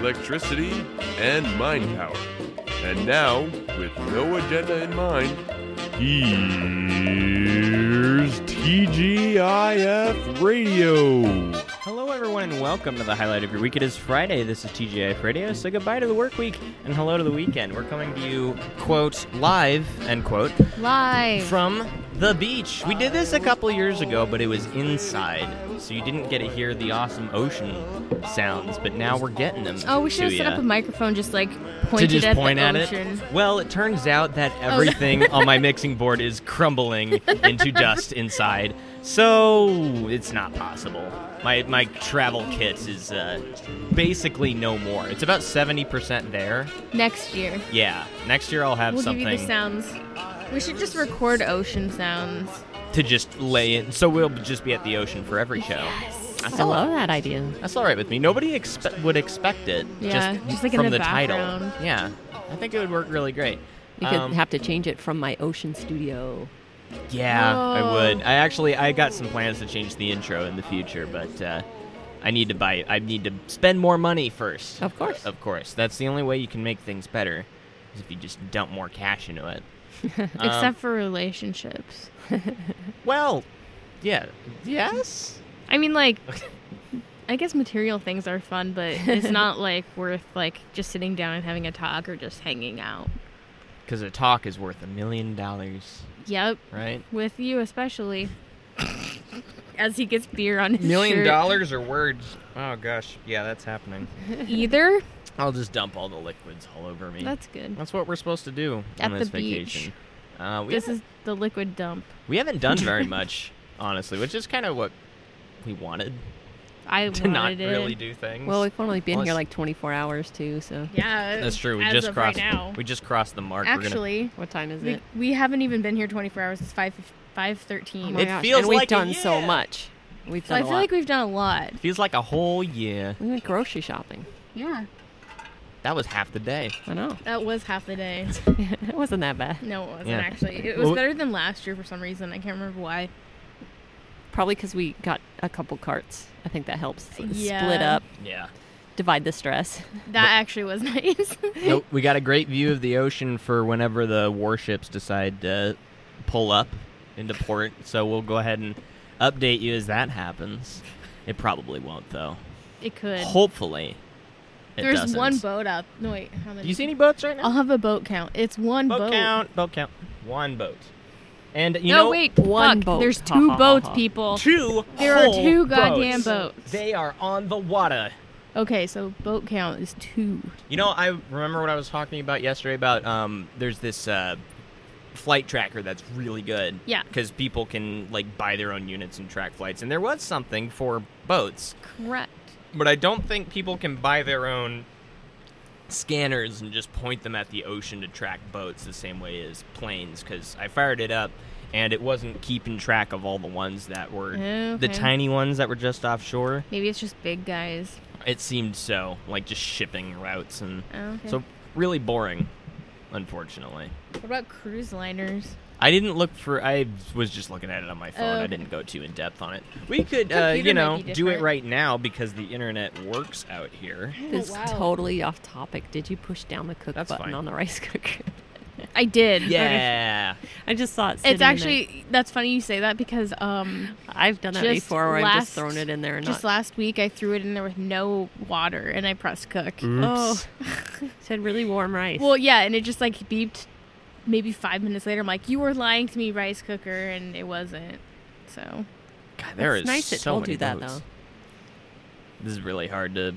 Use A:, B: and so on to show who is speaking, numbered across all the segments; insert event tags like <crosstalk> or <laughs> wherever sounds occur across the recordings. A: electricity, and mind power. And now, with no agenda in mind, here's TGIF Radio.
B: Hello, everyone, and welcome to the highlight of your week. It is Friday. This is TGIF Radio. So goodbye to the work week and hello to the weekend. We're coming to you, quote, live, end quote,
C: Live.
B: from the beach. We did this a couple years ago, but it was inside, so you didn't get to hear the awesome ocean sounds. But now we're getting them.
C: oh, we should have
B: to
C: set
B: ya.
C: up a microphone just like
B: to
C: pointed
B: just
C: at
B: point
C: the
B: at
C: ocean. Oh,
B: it. Well, it turns out that everything on
C: <laughs>
B: my mixing board is crumbling into dust inside, so it's not possible. My my travel kit is uh, basically no more. It's about seventy percent there.
C: Next year,
B: Yeah, next year I'll have
C: we'll
B: something
C: give you the sounds. We should just record ocean sounds.
B: to just lay in. So we'll just be at the ocean for every show. That's
D: I
B: all-
D: love that idea.
B: That's all right with me. Nobody expe- would expect it.
C: Yeah,
B: just,
C: just like in
B: from
C: the background.
B: title. Yeah, I think it would work really great.
D: You could
B: Um,
D: have to change it from my ocean studio.
B: Yeah, I
C: Whoa.
B: would. I actually I got some plans to change the intro in the future, but uh, I need to buy. I need to spend more money first.
D: Of course.
B: of course. That's the only way you can make things better, is if you just dump more cash into it.
C: Except for relationships.
B: Well, yeah, yes.
C: I mean, like, I guess material things are fun, but
B: <laughs>
C: it's not like worth like just sitting down and having a talk or just hanging out.
B: Because a talk is worth a million dollars,
C: Yep,
B: right?
C: with you
B: <laughs>
C: especially. As he gets beer on his shirt.
B: dollars or words? Oh gosh, yeah, that's happening.
C: either.
B: I'll just dump all the liquids all over me.
C: That's good.
B: That's what we're supposed to do
C: At
B: on this
C: the beach.
B: vacation. Uh, we
C: This
B: haven't-
C: is the liquid dump.
B: We haven't done very much, honestly, which is kind of what we wanted <laughs>
C: I
B: to
C: wanted
B: not
C: it.
B: really do things.
D: Well, we've only been
B: Unless-
D: here like 24 hours too. So
C: Yeah,
B: that's true. We
C: as
B: just
C: of
B: crossed.
C: Right now.
B: We just crossed the mark.
C: Actually,
D: what time is
C: we,
D: it?
C: we haven't even been here 24 hours. It's 5 five
D: Oh
C: thirteen.
D: my
B: It
D: gosh.
B: feels
D: and we've
B: like a
D: done so
B: year.
D: much. We've
C: so
D: done
C: I
D: a
C: feel
D: lot.
C: like we've done a lot.
B: feels like a whole year.
D: we went grocery shopping.
C: Yeah,
B: That was half the day.
D: I know. <laughs>
C: that was half the day.
D: it wasn't that
C: <laughs>
D: bad.
C: No, it wasn't
B: Yeah.
C: actually. It was
B: Well-
C: better than last year for some reason. I can't remember why.
D: Probably because we got a couple carts. I think that helps. S- Split
C: Yeah. Oh,
D: up,
B: Yeah.
D: divide the stress.
C: That actually was <laughs> nice.
B: Nope. We got a great view of the ocean for whenever the warships decide to pull up into port. So we'll go ahead and update you as that happens. It probably won't, though.
C: it could.
B: Hopefully, it
C: There's
B: doesn't.
C: one boat out. No wait, how many?
B: Do you see any boats right now?
C: I'll have a boat count. It's one
B: boat,
C: boat.
B: count. Boat count. One boat. And you
C: no
B: know,
C: wait,
D: One
C: fuck,
D: boat.
C: There's
D: Ha,
C: two
D: ha, ha,
C: boats,
D: ha.
C: people.
B: two.
C: There are
B: whole
C: two goddamn boats.
B: They are on the water.
C: Okay, so boat count is two.
B: You know, I remember what I was talking about yesterday about um. There's this uh, flight tracker that's really good.
C: Yeah.
B: Because people can like buy their own units and track flights, and there was something for boats,
C: Correct.
B: but I don't think people can buy their own scanners and just point them at the ocean to track boats the same way as planes because I fired it up and it wasn't keeping track of all the ones that were the
C: Oh, Okay.
B: tiny ones that were just offshore.
C: Maybe it's just big guys.
B: It seemed so, like just shipping routes and
C: Oh, okay.
B: so really boring, unfortunately.
C: What about cruise liners?
B: I didn't look for. I was just looking at it on my phone. I
C: Oh, okay.
B: didn't go too in depth on it. We could, uh,
C: Computer
B: you
C: might
B: know,
C: be
B: do it
C: different.
B: right now because the internet works out
C: <laughs>
B: here.
D: It's totally off topic. Did you push down the cook
B: That's
D: button
B: fine.
D: on the rice <laughs> cooker?
C: I did.
B: Yeah.
D: I just saw it. sitting in
C: It's
D: there.
C: actually that's funny you say that because um
D: I've done that
C: just
D: before. Where I've just
C: last-
D: thrown it in there and
C: just
D: not.
C: last week I threw it in there with no water and I pressed cook.
D: Oh, said really warm rice.
C: Well, yeah, and it just like beeped maybe 5 minutes later. I'm like, "You were lying to me, rice cooker," and it wasn't. So,
B: God, there
D: It's
B: is
D: nice it
B: so
D: told
B: many
D: you that,
B: boats.
D: though.
B: This is really hard to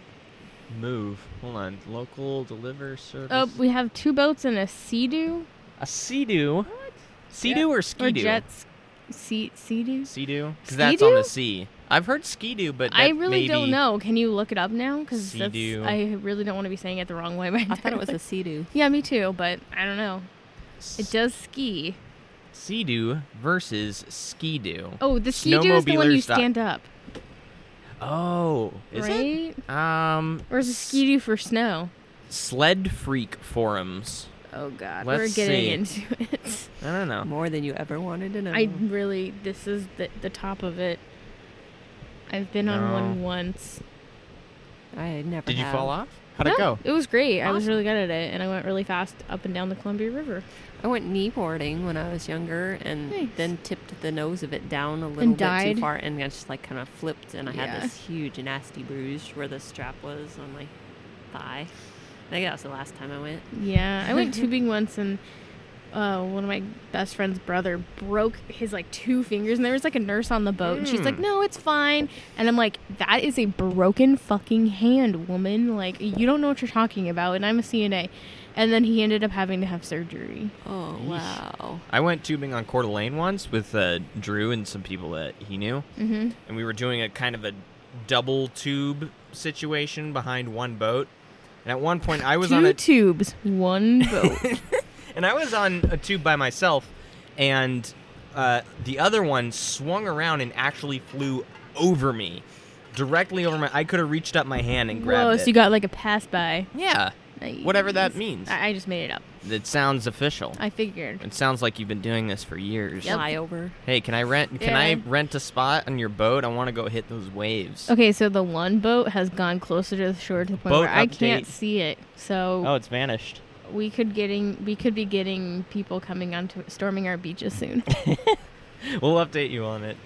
B: move. Hold on. Local deliver service.
C: oh, we have two boats and a sea doo
B: a sea-doo? What? Sea-doo or
C: or
B: ski-doo?
C: jets sea sea doo.
B: Sea-doo? Because that's
C: Sea-doo?
B: on the sea. I've heard skidoo, but
C: I
B: that
C: really don't
B: maybe-
C: know. Can you look it up now? Because
B: Sea-doo.
C: I really don't want to be saying it the wrong way. Right
D: I thought it was a <laughs> sea
C: Yeah, me too. But I don't know. It does ski.
B: Sea-doo versus skidoo.
C: Oh, the ski do is the one you
B: Snowmobilers stop-
C: stand up,
B: Oh, is
C: right?
B: it? Um,
C: Or is it ski do for snow?
B: sled freak forums.
C: Oh God,
B: Let's
C: we're getting
B: see.
C: into it.
B: I don't know.
D: More than you ever wanted to know.
C: I really, this is the, the top of it. I've been on one
B: No.
C: once.
D: I never.
B: Did you
D: have.
B: fall off? How'd it
C: No,
B: go?
C: It was great. I was
D: Awesome.
C: really good at it, and I went really fast up and down the Columbia River
D: I went kneeboarding when I was younger, and
C: Nice.
D: then tipped the nose of it down a little bit
C: died?
D: too far, and I just like kind of flipped, and I
C: Yeah.
D: had this huge nasty bruise where the strap was on my thigh. I think that was the last time I went.
C: Yeah, I
B: <laughs>
C: went tubing once, and uh, one of my best friend's brother broke his like two fingers, and there was like a nurse on the boat, and she's like,
B: Mm.
C: "No, it's fine," and I'm like, "That is a broken fucking hand, woman. Like, you don't know what you're talking about." And I'm a CNA, and then he ended up having to have surgery.
D: Oh
B: Yeesh.
D: wow!
B: I went tubing on Coeur d'Alene once with uh, Drew and some people that he knew,
C: Mm-hmm.
B: and we were doing a kind of a double tube situation behind one boat. And at one point, I was on
C: Two
B: a
C: tubes,
B: <laughs>
C: one boat.
B: and I was on a tube by myself, and uh, the other one swung around and actually flew over me, directly over my. I could have reached up my hand and grabbed
C: Whoa,
B: it.
C: so you got like a pass by.
B: yeah, whatever that
C: Nice.
B: means.
C: I, I just made it up.
B: It sounds official.
C: I figured.
B: It sounds like you've been doing this for years.
D: Flyover.
B: Hey, can I rent? Can I
C: Yeah.
B: rent a spot on your boat? I want to go hit those waves.
C: Okay, so the one boat has gone closer to the shore to the point
B: Boat
C: where I can't
B: update.
C: see it. So
B: Oh, it's vanished.
C: we could getting we could be getting people coming onto storming our
B: <laughs>
C: beaches soon.
B: We'll update you on it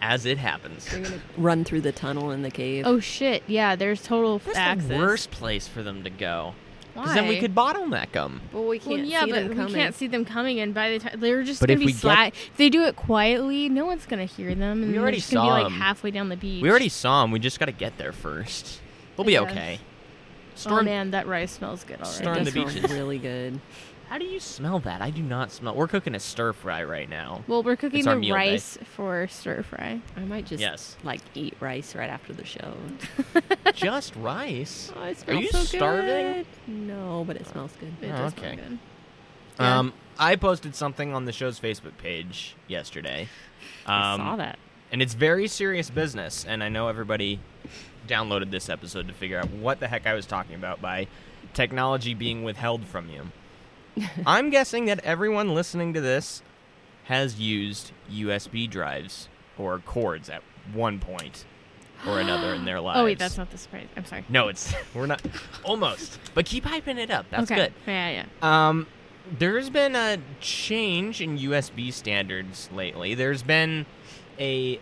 B: as it happens.
D: Run through the tunnel in the cave.
C: oh shit! Yeah, there's total
B: That's
C: access.
B: the worst place for them to go.
C: Why?
B: Because then we could bottleneck them.
D: well, we
C: Well,
D: can't
C: yeah,
D: see
C: but
D: them
C: we
D: coming.
C: can't see them coming, and by the time they're just
B: But
C: gonna
B: if
C: be
B: we get-
C: slack. If they do it quietly, no one's gonna hear them, and
B: We
C: they're
B: already
C: just gonna be
B: saw
C: like
B: 'em.
C: halfway down the beach.
B: We already saw them. We just got to get there first. We'll
C: I
B: be
C: guess.
B: okay.
C: Oh
B: Storm.
C: man, that rice smells good already.
B: Storm
D: It
B: the
D: does smell
B: beaches.
D: Really good.
B: How do you smell that? I do not smell. We're cooking a stir fry right
C: <laughs>
B: now.
C: Well, we're cooking
B: It's our
C: the
B: meal day. Oh,
C: rice for stir fry.
D: I might just
B: Yes.
D: like eat rice right after the show.
B: just rice.
D: <laughs> Oh, it
B: Are
D: smells
B: you
D: so
B: starving?
D: good. No, but it smells good.
B: Oh,
C: It does smell
B: okay.
C: good. Yeah.
B: Um, I posted something on the show's Facebook page yesterday. Um,
D: I saw that.
B: And it's very serious business. And I know everybody downloaded this episode to figure out what the heck I was talking about by technology being withheld from
C: <laughs>
B: you. I'm guessing that everyone listening to this has used USB drives or cords at one point or another in their lives.
C: <gasps> Oh wait, that's not the surprise. I'm sorry.
B: No, it's we're not almost. But keep hyping it up. That's
C: okay.
B: good.
C: Yeah, yeah.
B: Um, there's been a change in USB standards lately. There's been a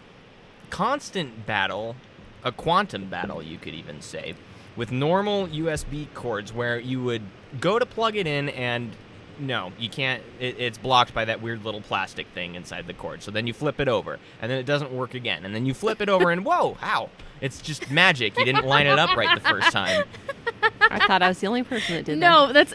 B: constant battle, a quantum battle, you could even say, with normal USB cords where you would go to plug it in and no, you can't. It, it's blocked by that weird little plastic thing inside the cord. So then you flip it over, and then it doesn't work again. And then you flip it over, and whoa, how? It's just magic. You didn't line it up right the first
C: <laughs>
B: time.
D: I thought I was the only person that did that.
C: No, that's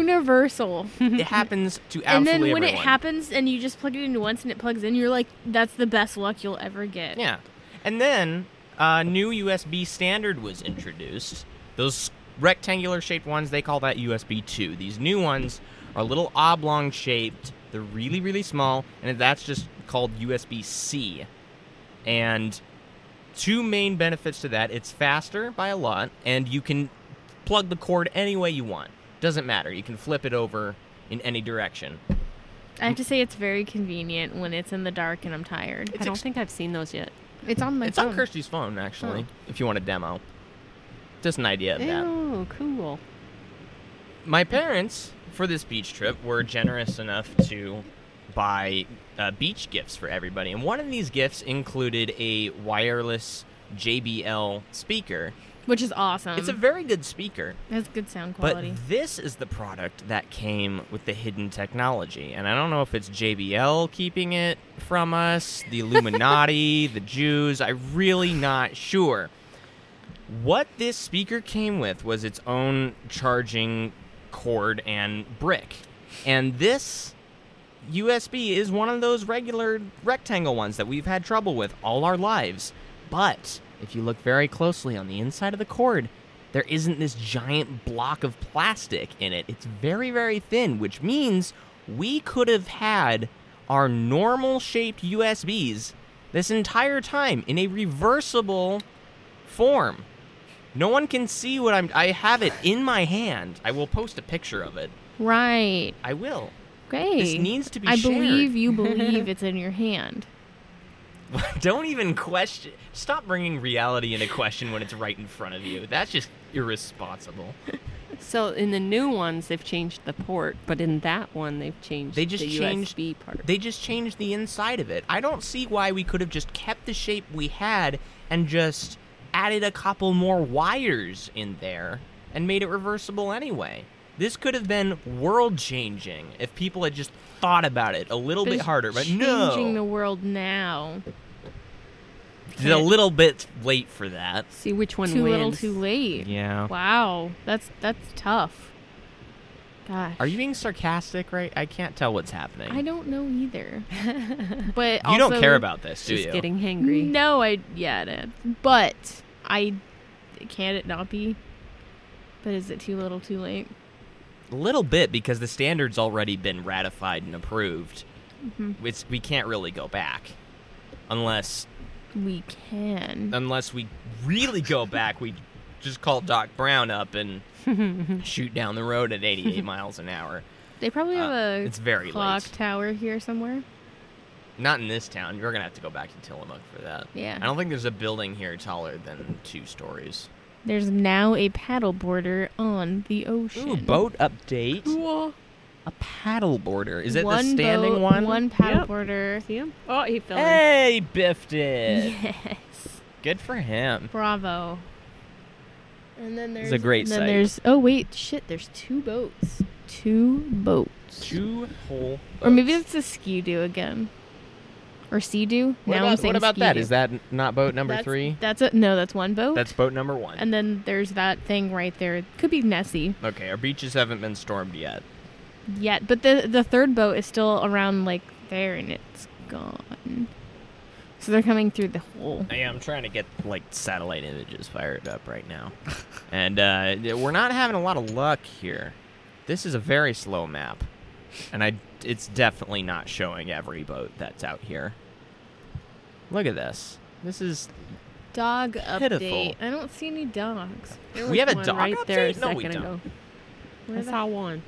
C: universal.
B: It happens to absolutely
C: and then when it
B: everyone.
C: happens and you just plug it into once and it plugs in you're like that's the best luck you'll ever get
B: Yeah. And then a new USB standard was introduced. Those rectangular shaped ones, they call that USB 2. These new ones are little oblong shaped. They're really, really small, and that's just called USB C. And two main benefits to that it's faster by a lot, and you can plug the cord any way you want. Doesn't matter. You can flip it over in any direction.
C: i have to say it's very convenient when it's in the dark and i'm tired
D: I don't think I've seen those yet.
C: it's on my
B: it's
C: phone
B: on Kirsty's phone, actually, if you want a demo. Just an idea of that.
D: Oh, cool.
B: my parents for this beach trip were generous enough to buy uh, beach gifts for everybody and one of these gifts included a wireless jbl speaker
C: which is awesome
B: it's a very good speaker
C: it has good sound quality
B: but this is the product that came with the hidden technology and i don't know if it's jbl keeping it from us the illuminati the jews i'm really not sure what this speaker came with was its own charging cord and brick. And this USB is one of those regular rectangle ones that we've had trouble with all our lives. But if you look very closely on the inside of the cord, there isn't this giant block of plastic in it. It's very, very thin, which means we could have had our normal shaped USBs this entire time in a reversible form. No one can see what I'm. I have it in my hand. I will post a picture of it.
C: Right.
B: I will.
C: Great.
B: This needs to be
C: I
B: shared. <laughs>
C: believe you believe it's in your hand.
B: Don't even question. Stop bringing reality into question when it's right in front of you. That's just irresponsible.
D: So in the new ones, they've changed the port, but in that one, they've changed
B: They just
D: the
B: changed-
D: USB part.
B: They just changed the inside of it. I don't see why we could have just kept the shape we had and just added a couple more wires in there and made it reversible anyway. This could have been world changing if people had just thought about it a little bit
C: it's
B: harder, but no.
C: changing the world now.
B: It's a little bit late for that.
D: See which one
C: too
D: wins.
C: little, too late.
B: Yeah.
C: Wow, that's that's tough. Gosh.
B: Are you being sarcastic right? I can't tell what's happening.
C: I don't know
B: <laughs>
C: either. but
B: you
C: also-
B: don't care about this, do
D: She's
B: you?
D: getting hangry.
C: No, I yeah, it is. But I can it not be? But is it too little, too late?
B: A little bit because the standard's already been ratified and approved.
C: Mm-hmm.
B: It's, we can't really go back unless
C: We can.
B: unless we really go back. We just call Doc Brown up
C: <laughs>
B: and shoot down the road at 88 miles an hour.
C: they probably have
B: uh,
C: a
B: it's very
C: clock
B: late.
C: tower here somewhere.
B: Not in this town. You're gonna have to go back to Tillamook for that.
C: Yeah.
B: I don't think there's a building here taller than two stories.
C: There's now a paddle border on the ocean.
B: update.
C: Cool.
B: A paddle border. Is it
C: one
B: the standing
C: boat,
B: one?
C: One paddle
D: Yep.
C: border.
D: See him? Oh, he fell. in.
B: Hey, biffed it.
C: <laughs> Yes.
B: Good for him.
C: Bravo. And then
B: It's
C: there's
B: a great
C: and then
B: sight.
C: there's oh wait shit there's two boats two boats
B: Two whole.
C: or maybe
B: boats.
C: it's a ski do again or sea do
B: What
C: now
B: about,
C: I'm saying
B: what about that?
C: Ski-Doo.
B: Is that n- not boat number
C: That's-
B: three?
C: that's a no that's one boat
B: That's boat number one.
C: and then there's that thing right there it could be Nessie
B: okay, our beaches haven't been stormed yet.
C: yet but the the third boat is still around like there and it's gone so they're coming through the hole
B: I am trying to get like satellite images fired up right now, and uh, yeah, we're not having a lot of luck here. This is a very slow map, and I it's definitely not showing every boat that's out here. Look at this. This is
C: dog
B: Pitiful.
C: update I don't see any dogs
D: There
B: We
D: was
B: have a
D: one
B: dog
D: right there a
B: update? No,
D: second
B: we don't.
D: ago.
C: Where
D: I
C: the
D: saw one.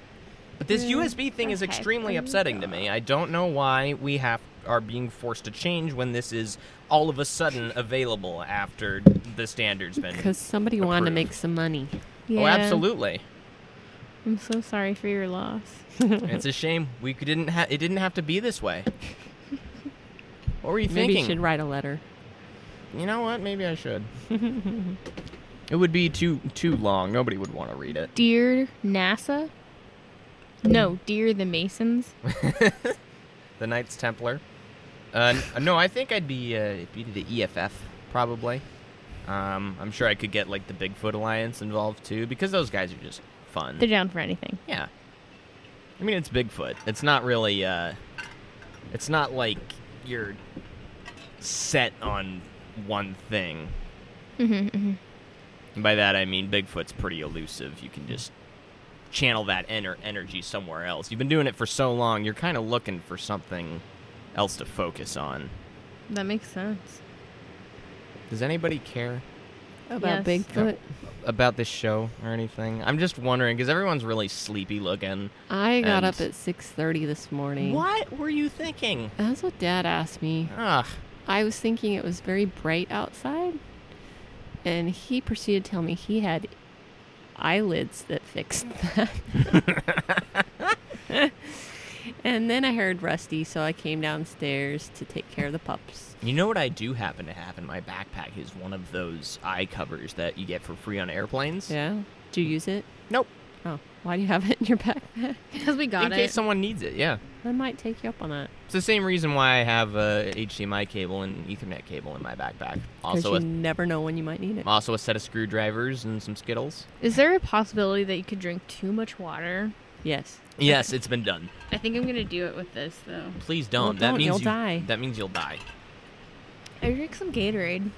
B: But this
D: Hmm.
C: Mm,
B: USB thing is
C: okay.
B: extremely
C: Mm,
B: upsetting to me. I don't know why we have are being forced to change when this is all of a sudden available after the standards been.
D: Because somebody wanted to
B: Approved.
D: make some money.
C: yeah
B: Oh,
D: <laughs>
B: absolutely.
C: I'm so sorry for your loss.
B: it's a shame we c- didn't ha- it didn't have to be this way. What were you
D: Maybe you
B: thinking?
D: should write a letter.
B: You know what? Maybe I
D: <laughs>
B: should. it would be too too long. Nobody would want to read it.
C: Dear NASA? No, dear the
B: <laughs>
C: Masons.
B: The Knights Templar. Uh, n- no, I think I'd be uh, it'd be the EFF probably. Um, I'm sure I could get like the Bigfoot Alliance involved too because those guys are just fun.
C: They're down for anything.
B: yeah. I mean, it's Bigfoot. It's not really. Uh, it's not like you're set on one thing. And by that I mean Bigfoot's pretty elusive. You can just channel that ener- energy somewhere else. You've been doing it for so long, you're kind of looking for something else to focus on.
C: That makes sense.
B: Does anybody care
C: About
D: About
C: Yes.
D: Bigfoot.
B: about this show or anything? I'm just wondering because everyone's really sleepy looking.
D: I got
B: And-
D: up at 6.30 this morning.
B: What were you thinking?
D: That's what Dad asked me.
B: Ugh.
D: I was thinking it was very bright outside, and he proceeded to tell me he had eyelids that fixed <laughs> that. and then I heard Rusty, so I came downstairs to take care of the pups.
B: You know what I do happen to have in my backpack is one of those eye covers that you get for free on airplanes.
D: Yeah. Do you use it?
B: Nope.
D: Oh, why do you have it in your backpack?
C: Because we got
B: in
C: it.
B: case someone needs it, yeah.
D: I might take you up on that.
B: It's the same reason why I have a HDMI cable and Ethernet cable in my backpack.
D: Because
B: Also,
D: you
B: a,
D: never know when you might need it.
B: also a set of screwdrivers and some Skittles.
C: Is there a possibility that you could drink too much water?
D: Yes.
B: Yes, it's been done.
C: I think I'm going to do it with this, though.
B: Please don't.
D: Well,
B: that
D: don't,
B: means
D: you'll
B: you-
D: die.
B: That means you'll die.
C: I drink some Gatorade.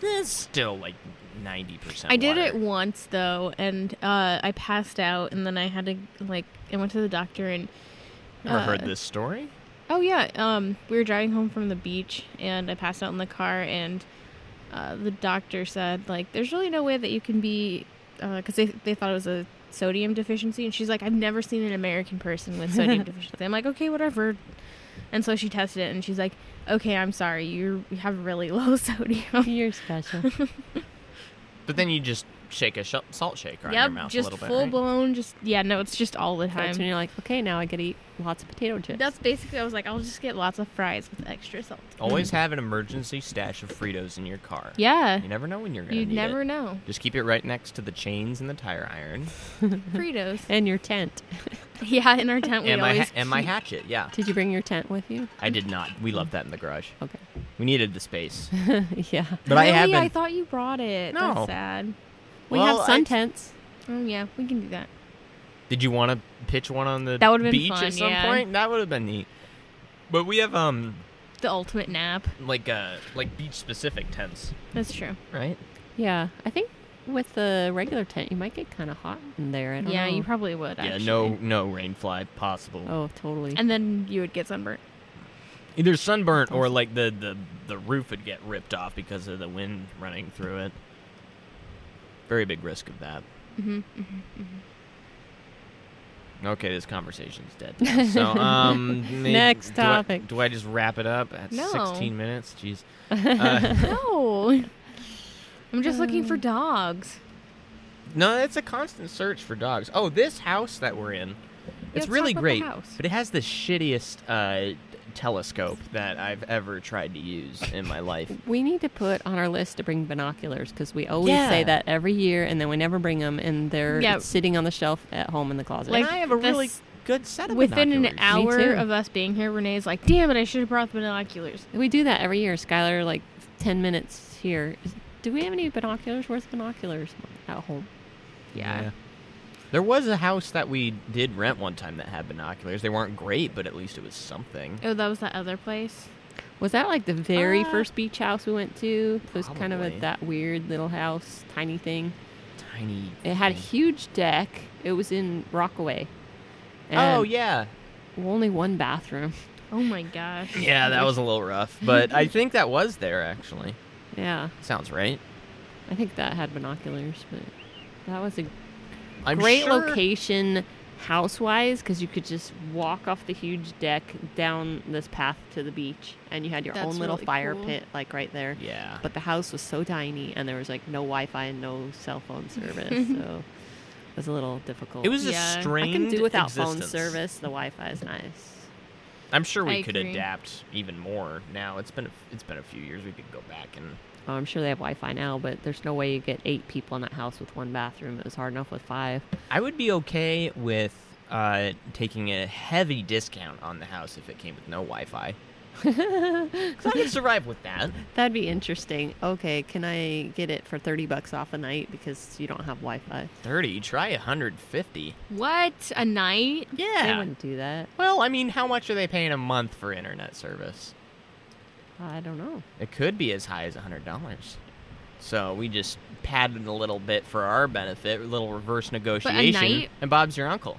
B: It's still like ninety percent.
C: I did it once though, and uh, I passed out, and then I had to like I went to the doctor, and
B: Ever
C: uh,
B: heard this story?
C: Oh yeah, um, we were driving home from the beach, and I passed out in the car, and uh, the doctor said like, "There's really no way that you can be," because they they thought it was a sodium deficiency, and she's like, "I've never seen an American person
B: <laughs>
C: with sodium deficiency." I'm like, "Okay, whatever." And so she tested it, and she's like, "Okay, I'm sorry, you have really <laughs> low sodium."
D: <laughs> You're special.
B: But then you just shake a sh- salt shaker on
C: yep,
B: your mouth
C: just
B: a little bit.
C: full
B: right?
C: blown, just yeah, no, it's just all the time.
D: That's when you're like, okay, now I gotta eat lots of potato chips.
C: That's basically. I was like, I'll just get lots of fries with extra salt.
B: Always
C: Mm.
B: have an emergency stash of Fritos in your car.
C: Yeah,
B: You never know when you're gonna
C: you'd
B: need
C: never
B: it. <laughs>
C: know.
B: Just keep it right next to the chains and the tire iron.
C: Fritos.
D: and your tent. <laughs>
C: <laughs> yeah, in our tent we
B: and my
C: always.
B: ha- and my hatchet. Yeah,
D: Did you bring your tent with you?
B: I did not. We left that in the garage.
D: Okay. <laughs>
B: We needed the
C: <laughs>
B: space.
D: yeah.
B: But I
C: Really?
B: have been.
C: I thought you brought it.
B: No.
C: That's sad.
D: We
B: Well,
D: have sun
B: I-
D: tents.
C: Oh yeah, we can do that.
B: Did you want to pitch one on the
C: That would've been
B: beach
C: fun,
B: at some
C: yeah.
B: point? That would have been neat. But we have um
C: The ultimate nap.
B: like uh like beach specific tents,
C: That's true.
B: right?
D: Yeah. I think with the regular tent, you might get kind of hot in there. I don't
C: Yeah,
D: know.
C: you probably would.
B: yeah,
C: actually.
B: no no rainfly possible.
D: Oh, totally.
C: And then you would get sunburnt.
B: Either sunburnt or like the the the roof would get ripped off because of the wind running through it. Very big risk of that.
C: hmm mm-hmm.
B: Okay, this conversation's dead.
C: <laughs>
B: now. So, um, may-
D: Next
B: do I-
D: topic.
B: Do I, just wrap it up at
C: No.
B: 16 minutes?
C: <laughs>
B: Jeez. Uh,
C: No. I'm just looking for dogs.
B: no, it's a constant search for dogs. Oh, this house that we're in, it's
C: let's
B: really
C: talk about the
B: great,
C: house.
B: but it has the shittiest uh, d- telescope that I've ever tried to use in my life.
D: we need to put on our list to bring binoculars because we always
B: Yeah.
D: say that every year, and then we never bring them, and they're
C: Yeah.
D: sitting on the shelf at home in the closet.
C: Like,
B: and I have a
C: this-
B: really good set of
C: Within an
B: binoculars.
C: hour
D: too.
C: of us being here, Renee's like, "Damn it, I should have brought the binoculars."
D: we do that every year. Skylar, like ten minutes here. Is- Do we have any binoculars? Where's binoculars at home?
B: Yeah. There was a house that we did rent one time that had binoculars. They weren't great, but at least it was something.
C: Oh, that was that other place.
D: Was that like the very
B: Uh,
D: first beach house we went to? It was kind of a,
B: probably.
D: that weird little house, tiny thing.
B: Tiny.
D: It had a
B: thing.
D: huge deck. It was in Rockaway.
B: Oh
D: And
B: yeah.
D: Only one bathroom. <laughs>
C: Oh my gosh.
B: Yeah, that was a little rough, but I think that was there actually.
D: Yeah,
B: Sounds right.
D: I think that had binoculars, but that was a
B: I'm
D: great
B: sure-
D: location house-wise because you could just walk off the huge deck down this path to the beach, and you had your
C: That's
D: own little
C: really
D: fire
C: cool.
D: pit like right there.
B: Yeah.
D: But the house was so tiny, and there was like no Wi-Fi and no cell phone
B: <laughs>
D: service, so it was a little difficult.
B: It was
C: Yeah. I
B: a
C: can
D: I
B: strange.
D: can do without
B: existence.
D: phone service. The Wi-Fi is nice.
B: I'm sure we
C: I
B: could
C: agree.
B: adapt even more. Now it's been a, it's been a few years. We could go back and
D: Oh, I'm sure they have Wi-Fi now, but there's no way you get eight people in that house with one bathroom. It was hard enough with five.
B: I would be okay with uh, taking a heavy discount on the house if it came with no <laughs> Wi-Fi. Because I could survive with that.
D: That'd be interesting. Okay, can I get it for 30 bucks off a night because you don't have Wi Fi?
B: Thirty. Try hundred fifty.
C: What a night.
D: They
B: Yeah.
D: wouldn't do that.
B: Well, I mean, how much are they paying a month for internet service?
D: I don't know.
B: It could be as high as hundred dollars. So we just padded a little bit for our benefit, a little reverse negotiation.
C: night?
B: And Bob's your uncle.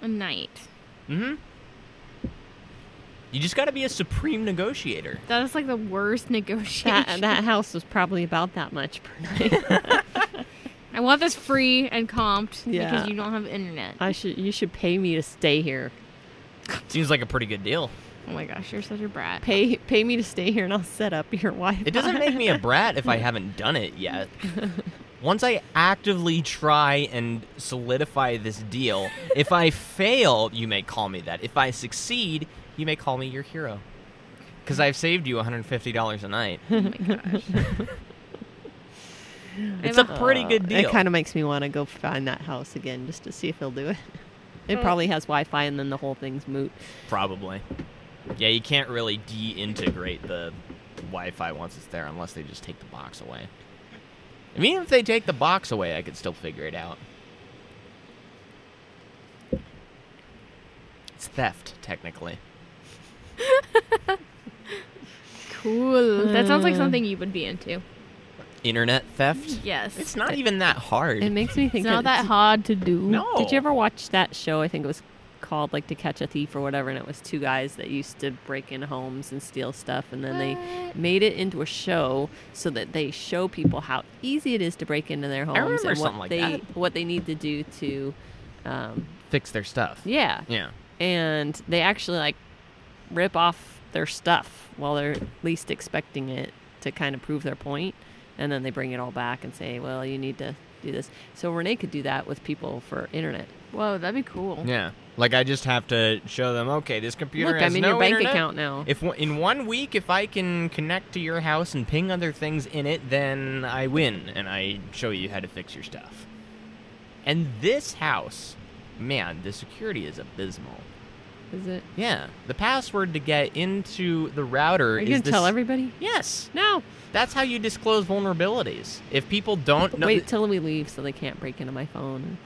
C: A night.
B: Mm-hmm. You just got to be a supreme negotiator.
C: That is like the worst <laughs> negotiation.
D: That, <laughs> that house was probably about that much per <laughs> night.
C: I want this free and comped
D: Yeah.
C: because you don't have internet.
D: I should you should pay me to stay here.
B: Seems like a pretty good deal.
C: oh my gosh, you're such a brat.
D: Pay pay me to stay here and I'll set up your Wi Fi.
B: It doesn't make me a brat if I haven't done it
C: <laughs>
B: yet. Once I actively try and solidify this deal, if I fail, you may call me that. If I succeed, you may call me your hero. Because I've saved you $150 a night.
C: Oh my gosh.
B: It's a
D: <laughs>
C: have
B: pretty good deal.
D: It kind of makes me want to go find that house again just to see if he'll do it. It probably has Wi Fi and then the whole thing's moot.
B: Probably. Yeah, you can't really de-integrate the Wi-Fi once it's there unless they just take the box away. I mean, if they take the box away, I could still figure it out. It's theft, technically.
D: Mm.
C: Cool. That sounds like something you would be into.
B: internet theft.
C: Yes.
B: It's not even that hard.
D: It makes me think
C: It's not
D: that
C: that hard to do.
B: No.
D: Did you ever watch that show? I think it was called like To Catch a Thief or whatever, and it was two guys that used to break in homes and steal stuff, and then
C: What?
D: they made it into a show so that they show people how easy it is to break into their homes
B: remember
D: and what
B: something like
D: they
B: that.
D: what they need to do to, um,
B: Fix their stuff.
D: yeah,
B: Yeah.
D: and they actually like rip off their stuff while they're least expecting it to kind of prove their point and then they bring it all back and say well you need to do this so renee could do that with people for internet
C: Whoa, that'd be cool.
B: Yeah. Like I just have to show them, okay, this computer
D: look
B: has
D: i'm in
B: no
D: your bank
B: internet.
D: account now
B: If one- in one week, if I can connect to your house and ping other things in it, then I win, and I show you how to fix your stuff. And this house, man, the security is abysmal.
D: is it
B: Yeah, the password to get into the router
D: are
B: is
D: you gonna
B: this-
D: tell everybody
B: Yes,
D: no
B: that's how you disclose vulnerabilities. If people don't know,
D: wait till we leave so they can't break into my phone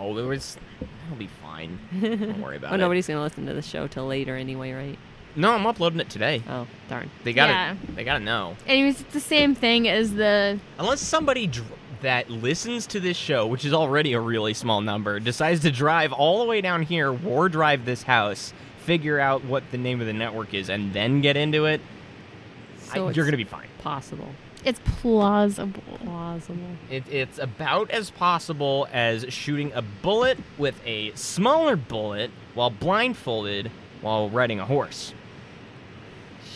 B: no, it was, it'll be fine. Don't worry about
D: <laughs> oh
B: it.
D: nobody's gonna listen to the show till later anyway right
B: No, I'm uploading it today.
D: oh darn
B: They gotta,
C: Yeah.
B: they gotta know.
C: Anyways, it's the same thing as the
B: Unless somebody dr- that listens to this show, which is already a really small number, decides to drive all the way down here, war drive this house, figure out what the name of the network is, and then get into it, I-
D: so
B: you're gonna be fine.
D: possible
C: it's plausible.
D: plausible
B: It, it's about as possible as shooting a bullet with a smaller bullet while blindfolded while riding a horse.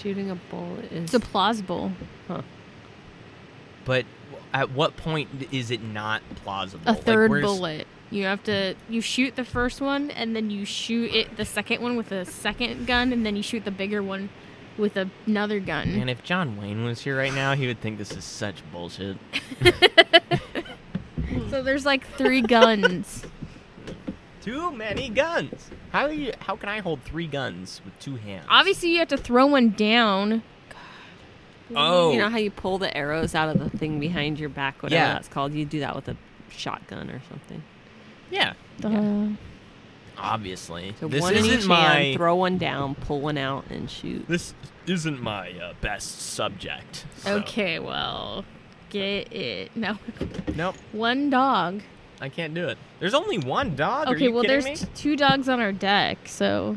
D: shooting a bullet is
C: It's a plausible.
B: But at what point is it not plausible?
C: A
B: Like,
C: third
B: where's-
C: bullet. You have to you shoot the first one and then you shoot it the second one with a second gun and then you shoot the bigger one with another gun.
B: And if John Wayne was here right now, he would think this is such bullshit.
C: So there's like
B: <laughs>
C: three guns.
B: Too many guns. How do you? How can I hold three guns with two hands?
C: Obviously, you have to throw one down.
B: Oh,
D: You know how you pull the arrows out of the thing behind your back, whatever
B: Yeah.
D: that's called? You do that with a shotgun or something.
B: yeah.
C: Uh,
B: Obviously,
D: So
B: this
D: one in each
B: isn't
D: hand,
B: my.
D: throw one down, pull one out, and shoot.
B: this isn't my uh, best subject. so-
C: Okay, well, get it. No,
B: Nope,
C: one dog.
B: I can't do it. There's only one dog. Are
C: Okay,
B: you
C: well,
B: kidding
C: there's
B: me?
C: t- two dogs on our deck, so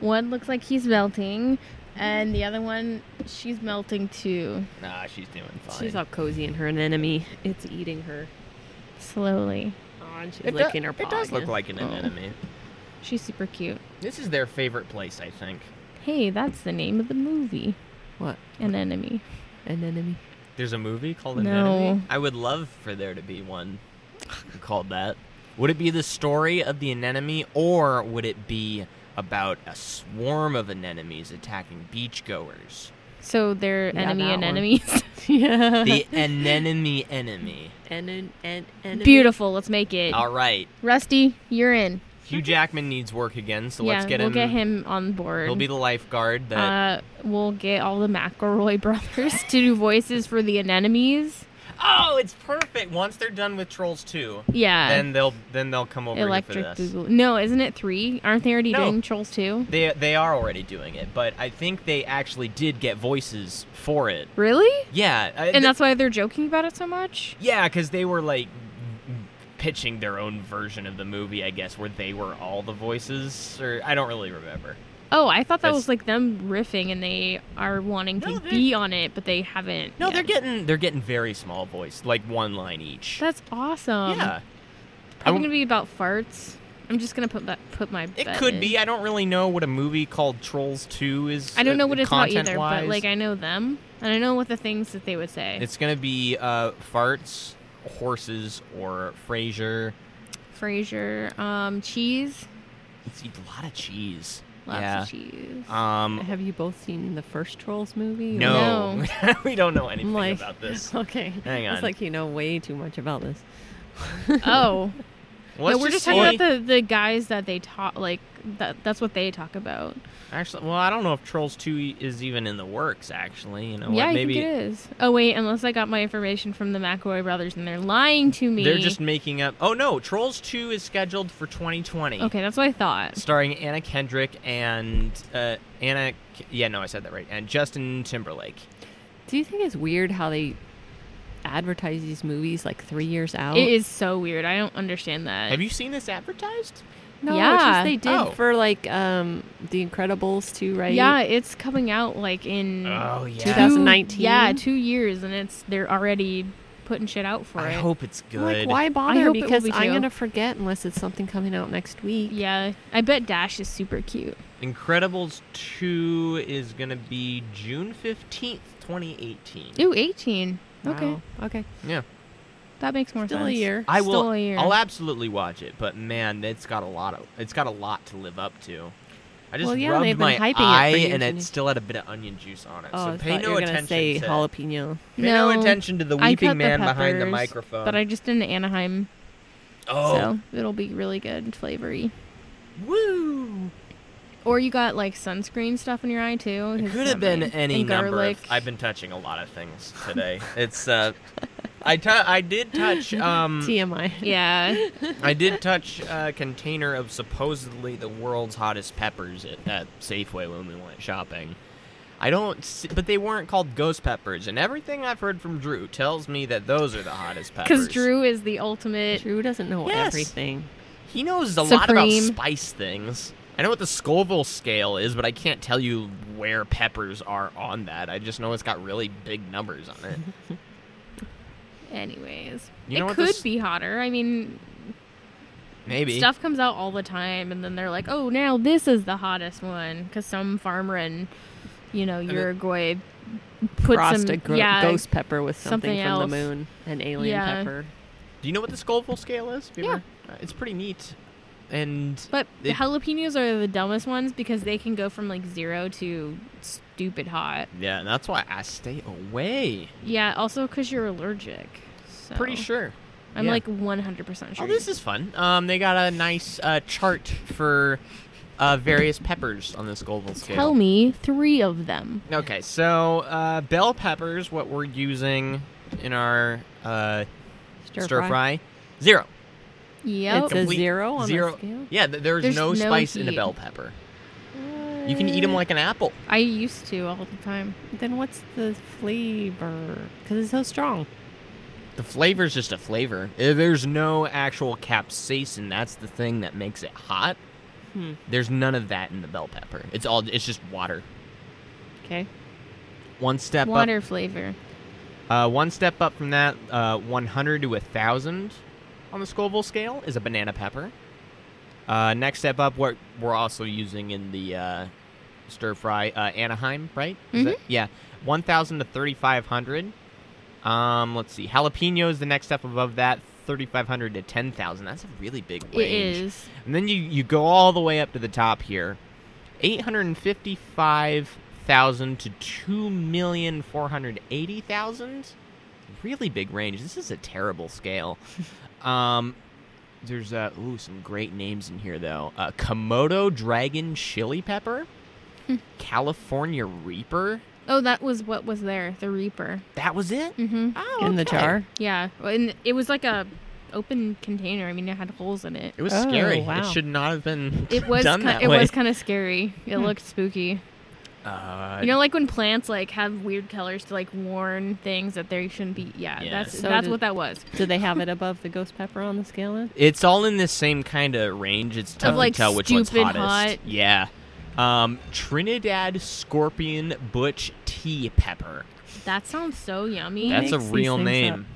C: one looks like he's melting, and the other one, she's melting too,
B: Nah, she's doing fine.
D: She's all cozy and her anemone. It's eating her.
C: slowly.
D: Oh, and she's
B: it, do-
D: licking her paw.
B: it does look
D: again.
B: like an
C: Oh.
B: anemone.
C: She's super cute.
B: This is their favorite place, I think.
C: Hey, that's the name of the movie.
D: What?
C: An enemy. <laughs>
D: Anemone.
B: There's a movie called
C: No.
B: Anemone. I would love for there to be one called that. Would it be the story of the anemone, or would it be about a swarm of anemones attacking beachgoers?
C: <laughs> So they're
D: Yeah,
C: enemy
D: that
C: and
D: one.
B: <laughs>
C: enemies. <laughs>
D: yeah.
B: The anemone enemy.
D: Anen- an- anemone.
C: Beautiful. Let's make it.
B: All right,
C: Rusty, you're in.
B: Hugh Jackman needs work again, so
C: yeah,
B: let's get
C: we'll
B: him.
C: get him on board.
B: He'll be the lifeguard. That
C: uh, we'll get all the McElroy <laughs> brothers to do voices for the anemones.
B: oh, it's perfect. Once they're done with Trolls Two,
C: Yeah.
B: then they'll then they'll come over here
C: Electric
B: for this.
C: Boogaloo. No, isn't it three? Aren't they already
B: No.
C: doing Trolls two?
B: They they are already doing it, but I think they actually did get voices for it.
C: Really?
B: Yeah, I- th-
C: And that's why they're joking about it so much.
B: yeah, because they were like pitching their own version of the movie, I guess, where they were all the voices, or I don't really remember.
C: Oh, I thought that
B: That's-
C: was like them riffing, and they are wanting to
B: No, they-
C: be on it, but they haven't.
B: No,
C: yet.
B: they're getting they're getting very small voice, like one line each.
C: That's awesome.
B: yeah, I
C: Probably
B: won't-
C: gonna be about farts. I'm just gonna put that put my.
B: it
C: bet
B: could
C: in.
B: be. I don't really know what a movie called Trolls Two is.
C: I don't
B: uh,
C: know what it's about either,
B: content-wise.
C: but like I know them, and I know what the things that they would say.
B: it's gonna be uh, farts, horses, or Frasier.
C: Frasier, um, cheese,
B: It's a lot of cheese.
C: lots
B: yeah.
C: of cheese. <laughs>
B: Um,
D: Have you both seen the first Trolls movie?
B: no, <laughs> we don't know anything
D: I'm like,
B: about
C: <laughs>
B: this.
D: <laughs> Okay.
B: Hang on.
D: It's like you know way too much about this.
B: <laughs>
C: oh,
B: Let's
C: no, we're just,
B: see-
C: talking about the, the guys that they talk like that. That's what they talk about.
B: Actually, well, I don't know if Trolls Two e- is even in the works. Actually, you know,
C: yeah,
B: what, maybe
C: I think it is. Oh wait, unless I got my information from the McElroy brothers and they're lying to me.
B: they're just making up. Oh no, Trolls Two is scheduled for 2020,
C: okay. That's what I thought.
B: starring Anna Kendrick and uh, Anna. K- Yeah, no, I said that right. And Justin Timberlake.
D: Do you think it's weird how they advertise these movies like three years out.
C: It is so weird. I don't understand that.
E: Have you seen this advertised?
D: No,
C: Yeah.
D: which is they did
E: Oh.
D: for like um The Incredibles too, right?
C: Yeah, it's coming out like in
B: Uh,
E: Oh
C: Mm. two-
E: yeah.
D: 2019?
C: Yeah, two years, and it's they're already putting shit out for
B: I
C: it.
B: hope it's
D: I'm
B: good.
D: Like, why bother?
C: hope it will
D: because
C: be
D: I'm
C: too.
D: gonna forget unless it's something coming out next week.
C: Yeah, I bet Dash is super cute.
B: Incredibles 2 is going to be June 15th, 2018.
C: Ooh, eighteen. Okay,
D: Wow. Okay.
B: Yeah.
C: that makes more
D: Still a
C: sense.
D: year.
B: I
C: Still
B: will
C: a year.
B: I'll absolutely watch it, but man, it's got a lot of it's got a lot to live up to. I just
D: Well, yeah,
B: rubbed
D: they've been
B: my
D: hyping it for
B: eye
D: years
B: and
D: and
B: it
D: years.
B: still had a bit of onion juice on it.
D: Oh, I
B: so pay
D: thought
B: no
D: you were
B: attention
D: gonna say
B: to
D: jalapeno.
B: pay
C: no,
B: no, attention to the
C: I cut
B: weeping
C: the
B: man behind the
C: peppers,
B: microphone.
C: But I just did an Anaheim,
B: oh,
C: so it'll be really good and flavory.
B: woo!
C: Or you got like sunscreen stuff in your eye too.
B: It
C: 'cause
B: could have been any
C: and
B: number.
C: garlic.
B: Of, I've <laughs> been touching a lot of things today. it's uh, I tou- I did
D: <laughs>
B: touch um,
D: TMI. <laughs>
C: <laughs> Yeah,
B: I did touch a container of supposedly the world's hottest peppers at, at Safeway when we went shopping. I don't, s but they weren't called ghost peppers, and everything I've heard from Drew tells me that those are the
C: <laughs>
B: hottest peppers.
C: because Drew is the ultimate.
D: Drew doesn't know
B: Yes.
D: everything.
B: he knows a lot about
C: Supreme.
B: spice things. I know what the Scoville scale is, but I can't tell you where peppers are on that. I just know it's got really big numbers on
C: <laughs>
B: it.
C: Anyways,
B: You know
C: it
B: what
C: could
B: this-
C: be hotter. I mean,
B: Maybe
C: stuff comes out all the time and then they're like oh now this is the hottest one because some farmer in you know
B: it-
C: uruguay put
D: Frost
C: some
D: a gro-
C: yeah,
D: ghost pepper with something,
C: something
D: from
C: else.
D: the moon, an alien
C: Yeah.
D: pepper.
B: Do you know what the Scoville scale is? Have you
C: Yeah.
B: ever- uh, it's pretty neat. And
C: but
B: It-
C: jalapenos are the dumbest ones because they can go from like zero to stupid hot
B: Yeah, and that's why I stay away.
C: yeah also because you're allergic so
B: Pretty sure.
C: i'm
B: yeah.
C: like 100% sure
B: Oh, this is fun. Um, they got a nice uh, chart for uh, various peppers on this global scale.
C: tell me three of them
B: Okay, so uh, bell peppers, what we're using in our uh,
D: Stir,
B: stir, fry. zero.
C: yep
D: It's a zero on the
B: zero.
D: scale?
B: Yeah, th- there's,
C: There's
B: no,
C: no
B: spice in a
C: heat.
B: bell pepper. You can eat them like an apple.
C: i used to all the time
D: Then what's the flavor? Because it's so strong.
B: The flavor's just a flavor. Uh, There's no actual capsaicin. That's the thing that makes it hot.
D: Hmm.
B: There's none of that in the bell pepper. It's all. It's just water.
D: Okay.
B: One step
C: water flavor
B: up. Uh, one step up from that. Uh, 100 to 1,000 on the Scoville scale is a banana pepper. Uh, next step up, what we're also using in the uh, stir fry, uh, Anaheim, right? Is
C: Mhm.
B: that- yeah, 1,000 to 3,500. Um, let's see. Jalapeno is the next step above that. 3,500 to 10,000. That's a really big range.
C: it is
B: And then you, you go all the way up to the top here. 855,000 to 2,480,000. Really big range. This is a terrible scale. um, there's uh, ooh, some great names in here, though. Uh, Komodo Dragon Chili Pepper.
C: Hmm.
B: California Reaper.
C: oh that was what was there the reaper
B: That was it?
C: mm-hmm
B: Oh,
D: In the
B: okay.
D: jar.
C: Yeah, well, and it was like a open container. I mean, it had holes in it.
B: It was
D: Oh,
B: scary.
D: wow.
B: It should not have been
C: It
B: <laughs>
C: was
B: done
C: ki-
B: that
C: it
B: way.
C: was kind of scary. It
B: Hmm.
C: looked spooky.
B: uh,
C: You know, like when plants like have weird colors to like warn things that they shouldn't be. Yeah,
B: Yeah.
C: that's
D: So
C: that's
D: did-
C: what that was.
D: Do they have it above the ghost pepper on the scale then?
B: It's all in the same kind of range. It's tough
C: like,
B: to tell which one's
C: stupid
B: hottest.
C: hot.
B: Yeah. Um, Trinidad Scorpion Butch Tea Pepper.
C: That sounds so yummy.
D: That
B: That's a
D: makes these
B: real
D: things
B: name.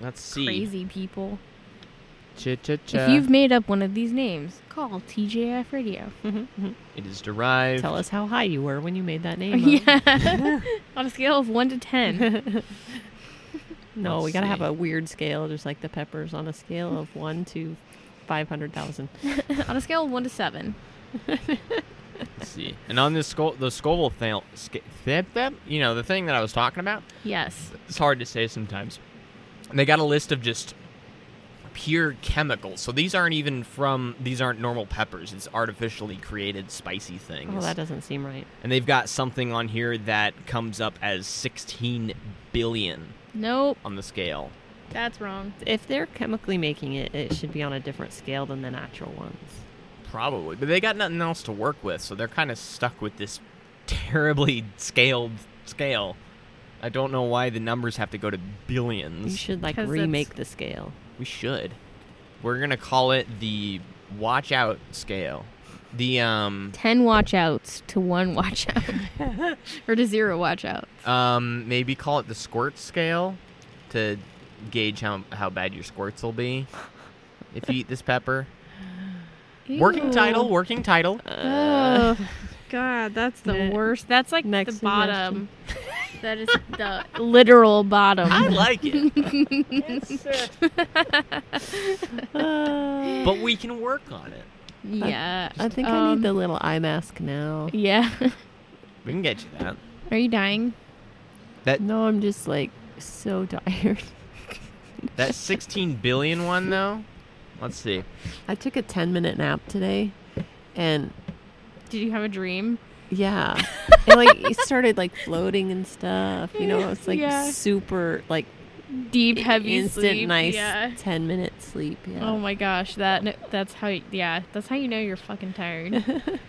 B: Let's see.
C: Crazy people.
B: Cha-cha-cha.
C: If you've made up one of these names, call TJF Radio.
B: It is derived.
D: Tell us how high you were when you made that
C: Mm-hmm.
D: name. up.
C: <laughs> yeah, <laughs> on a scale of one to <laughs> ten.
D: No,
B: Let's
D: we gotta have
B: see.
D: a weird scale, just like the peppers on a scale of one to five hundred thousand.
C: on a scale of one to seven.
B: Let's see. And on this Sco- the Scoville thing, sca- thip, thip, you know, the thing that I was talking about,
C: Yes.
B: it's hard to say sometimes. They got a list of just pure chemicals. So these aren't even from, these aren't normal peppers. It's artificially created spicy things.
D: Oh, that doesn't seem right.
B: And they've got something on here that comes up as 16 billion
C: Nope.
B: on the scale.
C: That's wrong.
D: If they're chemically making it, it should be on a different scale than the natural ones.
B: Probably. But they got nothing else to <laughs> work with, so they're kind of stuck with this terribly scaled scale. I don't know why the numbers have to go to
D: You
B: billions.
D: should like
C: 'Cause it's-
D: remake the scale.
B: we should. We're gonna call it the watch out scale. The um
C: Ten watch outs to one watch <laughs> out, or to zero watch out.
B: um maybe call it the squirt scale to gauge how how bad your squirts will be if you eat this pepper. Working
C: Ew.
B: title, working title.
C: Oh, <laughs> God, that's the
D: Ne-
C: worst. That's like
D: next
C: the bottom. <laughs> that is the literal bottom.
B: I like <laughs> it,
D: Uh,
B: but we can work on it.
C: yeah.
D: I think I
C: um,
D: need the little eye mask now.
C: Yeah. <laughs>
B: We can get you that.
C: Are you dying?
B: That
D: No, I'm just like so <laughs> tired.
B: that 16 billion one though. Let's see.
D: I took a 10 minute nap today and
C: Did you have a dream?
D: <laughs> yeah. and like it started like floating and stuff. You know, it's like
C: Yeah.
D: super like
C: Deep, heavy
D: instant
C: sleep.
D: nice
C: Yeah.
D: 10 minute sleep. Yeah.
C: Oh my gosh, that that's how yeah, that's how you know you're
B: <laughs>
C: fucking tired. <laughs>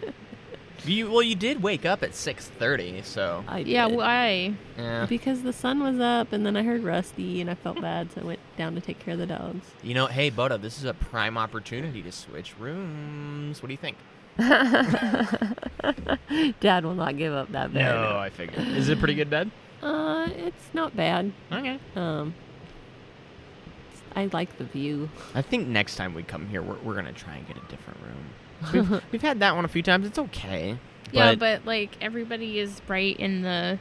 B: You well, you did wake up at 6:30, so
D: I
C: yeah,
D: did.
C: why?
B: yeah.
D: Because the sun was up and then I heard Rusty and I felt bad, so I went down to take care of the dogs.
B: You know, hey Bodo, this is a prime opportunity to switch rooms. What do you think?
D: Dad will not give up that bed.
B: I figured. Is it a pretty good bed?
D: Uh, it's not bad.
B: Okay.
D: Um, I like the view.
B: I think next time we come here, we're, we're gonna try and get a different <laughs> room. We've, we've had that one a few times. It's okay.
C: yeah, but like everybody is right in the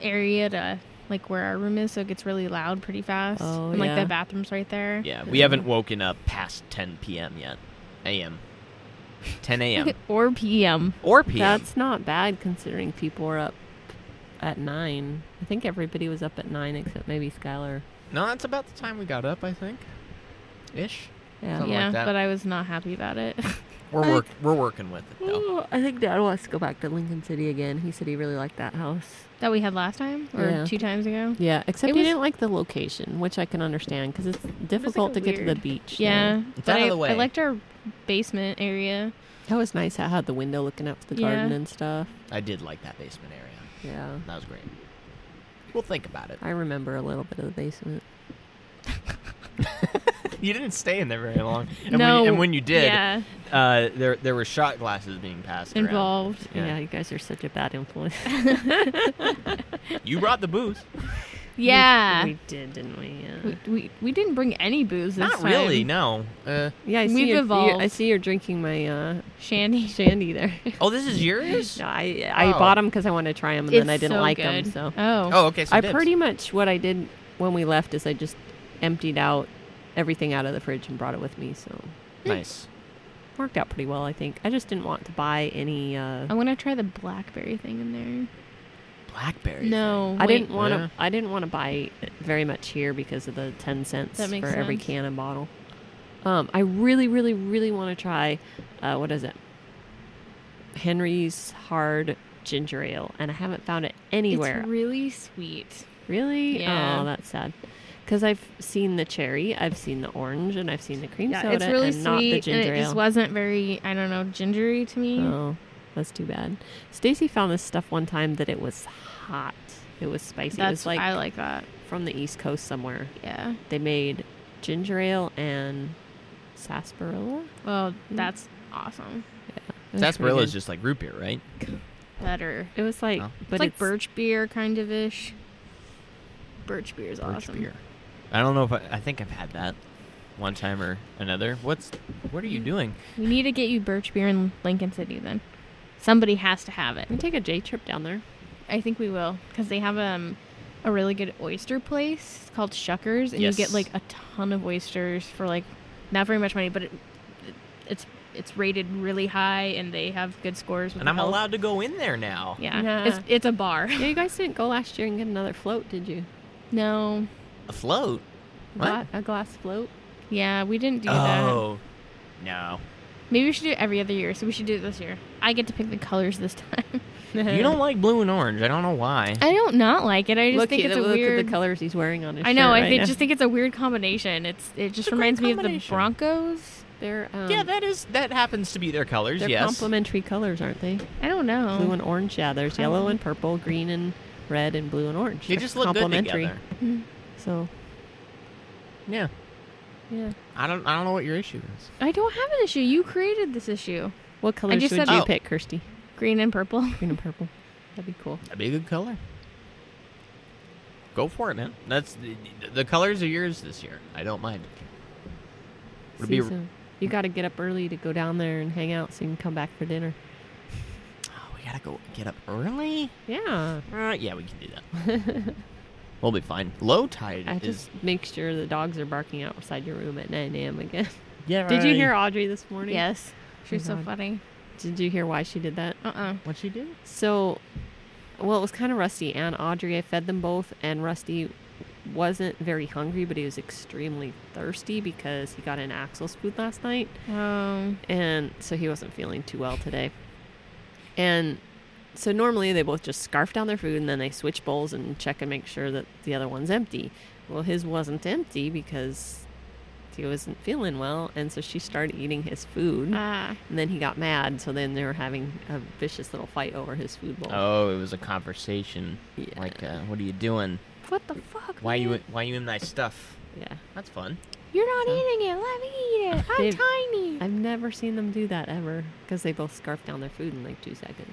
C: area to like where our room is, so it gets really loud pretty fast.
D: Oh,
C: and like
D: yeah.
C: the bathroom's right there.
B: yeah, we haven't woken up past 10 p.m. yet. A.m. 10
C: <laughs>
B: a.m.
C: or PM.
B: or p.m.
D: That's not bad considering people were up at nine. I think everybody was up at nine except maybe Skylar.
B: no, that's about the time we got up. I think. Ish.
D: Yeah.
B: Something like
C: yeah,
B: that.
C: but I was not happy about it. <laughs>
B: We're
D: I-
B: work. We're working with it though.
D: Oh, I think Dad wants to go back to Lincoln City again. He said he really liked that house.
C: that we had last time or
D: Yeah.
C: two times ago.
D: Yeah, except
C: It
D: he
C: was-
D: didn't like the location, which I can understand because it's difficult to get to the
C: weird-
D: beach.
C: Yeah,
D: there.
B: It's
C: but
B: out of
C: I,
B: the way.
C: I liked our basement area.
D: that was nice. I had the window looking out to the
C: Yeah.
D: garden and stuff.
B: I did like that basement area.
D: Yeah,
B: That was great. We'll think about it.
D: I remember a little bit of the basement.
B: You didn't stay in there very long. And
C: no,
B: When you, and when you did,
C: yeah,
B: uh, there there were shot glasses being passed
C: involved.
B: Yeah.
D: Yeah. you guys are such a bad <laughs> influence.
B: around. You brought the booze.
C: Yeah,
D: we, we did, didn't we? Yeah.
C: we, we we didn't bring any booze this
B: Not
C: time.
B: really. No. Uh,
D: Yeah, I see
C: We've
D: you're, you're- I
C: evolved.
D: see you're drinking my uh,
C: <laughs> Shandy.
D: shandy there.
B: oh, this is yours.
D: no, I I
B: Oh.
D: bought them because I wanted to try them, and then
C: It's
D: I didn't
C: so
D: like them.
C: good.
D: So
C: Oh.
B: Oh, okay. So
D: I
B: dibs.
D: pretty much what I did when we left is I just emptied out everything out of the fridge and brought it with me. So
B: nice.
D: worked out pretty well, I think. I just didn't want to buy any. Uh,
C: I want to try the blackberry thing in there.
B: Blackberry.
C: No,
D: I
C: Oh, wait.
D: didn't want to.
B: Yeah.
D: I didn't want to buy very much here because of the ten cents
C: That makes
D: for every
C: sense.
D: can and bottle. Um, I really, really, really want to try. Uh, what is it? Henry's Hard Ginger Ale, and I haven't found it anywhere.
C: It's really sweet.
D: really?
C: Yeah.
D: Oh, that's sad. Because I've seen the cherry, I've seen the orange, and I've seen the cream soda,
C: it's really
D: and
C: sweet,
D: not the ginger
C: and it
D: ale.
C: just wasn't very, I don't know, gingery to me.
D: Oh, that's too bad. Stacy found this stuff one time that it was hot. It was spicy. it
C: That's
D: was like
C: I like that.
D: from the East Coast somewhere.
C: Yeah.
D: They made ginger ale and sarsaparilla.
C: Well, that's awesome.
D: It was
B: Sarsaparilla
D: pretty
B: is just like root beer, right?
C: Better.
D: good. It was like,
B: Oh.
D: but
C: it's like
D: it's-
C: birch beer kind of ish. Birch beer is awesome.
B: I don't know if I, I think I've had that one time or another. What's what are
C: Mm.
B: you doing?
C: We need to get you birch beer in Lincoln City then. Somebody has to have it.
D: We take a J trip down there.
C: I think we will because they have um a really good oyster place it's called Shuckers, and
B: Yes.
C: you get like a ton of oysters for like not very much money, but it, it, it's it's rated really high, and they have good scores. With
B: And
C: the
B: I'm
C: health.
B: allowed to go in there now.
C: Yeah,
D: Nah.
C: It's, it's a bar. <laughs>
D: Yeah, you guys didn't go last year and get another float, did you?
C: no,
B: A float. What?
D: Gla- A glass float.
C: yeah, we didn't do that.
B: Oh. No.
C: Maybe we should do it every other year. So we should do it this year. I get to pick the colors
B: <laughs>
C: this <laughs> time.
B: You don't like blue and orange. I don't know why.
C: I don't not like it. I just
D: look
C: think
D: at,
C: it's a
D: look
C: weird.
D: at the colors he's wearing on his.
C: I know.
D: shirt
C: I
D: right
C: think,
D: now.
C: just think it's a weird combination. It's it just
B: a great
C: reminds me of the
B: combination.
C: Broncos.
D: they're um,
B: yeah, that is that happens to be their colors.
D: they're
B: yes.
D: complementary colors, aren't they? Um,
C: I don't know.
D: Blue and orange. Yeah, there's yellow and purple, green and red and blue and orange.
B: They
D: They're
B: just look good
D: complementary.
B: together.
D: So
B: Yeah.
D: yeah,
E: I don't. I don't know what your issue is.
C: I don't have an issue. You created this issue.
D: what colors
C: just
D: would
C: said-
D: you
E: Oh.
D: pick, Kirsty?
C: Green and purple. <laughs>
D: Green and purple. That'd be cool.
E: That'd be a good color. Go for it, man. That's the, the colors are yours this year. I don't mind. Would it
D: See,
E: be-
D: so you got to get up early to go down there and hang out so you can come back for dinner.
E: Oh, we gotta go get up early.
D: Yeah,
E: Uh, yeah, we can do that. we'll be fine. Low tide
D: I
E: is.
D: just make sure the dogs are barking outside your room at 9 a.m. again.
E: Yeah.
D: Did you hear Audrey this morning?
C: Yes.
B: Oh
C: She's so
D: God.
C: funny.
D: Did you hear why she did that?
C: Uh uh
E: what she did?
D: So, well, it was kind of Rusty and Audrey. I fed them both, and Rusty wasn't very hungry, but he was extremely thirsty because he got an Axel's food last night,
C: Um,
D: and so he wasn't feeling too well today. And so normally they both just scarf down their food and then they switch bowls and check and make sure that the other one's empty. Well, his wasn't empty because he wasn't feeling well, and so she started eating his food.
C: ah.
D: And then he got mad, so then they were having a vicious little fight over his food bowl.
E: Oh, it was a conversation.
D: Yeah.
E: Like, uh, what are you doing?
C: What the fuck?
E: Why you?
C: man?
E: Why you in my stuff?
D: Yeah.
E: That's fun.
C: You're not eating it. Let me eat
B: <laughs>
C: it. I'm
D: They've-
C: tiny.
D: I've never seen them do that ever because they both scarf down their food in like two seconds.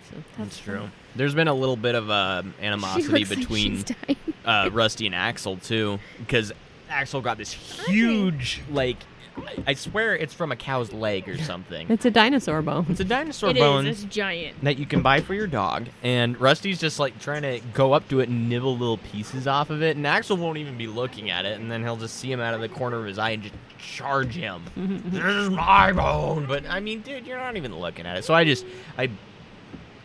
D: So
B: There's been a little bit of uh,
C: She
B: animosity
C: looks like
B: between <laughs>
C: she's dying.
B: uh, Rusty and Axel too, because Axel got this huge like I- I swear it's from a cow's leg or something.
D: It's a dinosaur <laughs> bone.
B: It's a dinosaur
C: It is.
B: bone
C: It's giant.
B: that you can buy for your dog, and Rusty's just like trying to go up to it and nibble little pieces off of it, and Axel won't even be looking at it, and then he'll just see him out of the corner of his eye and just charge him. this is my bone, but I mean, dude, you're not even looking at it. So I just I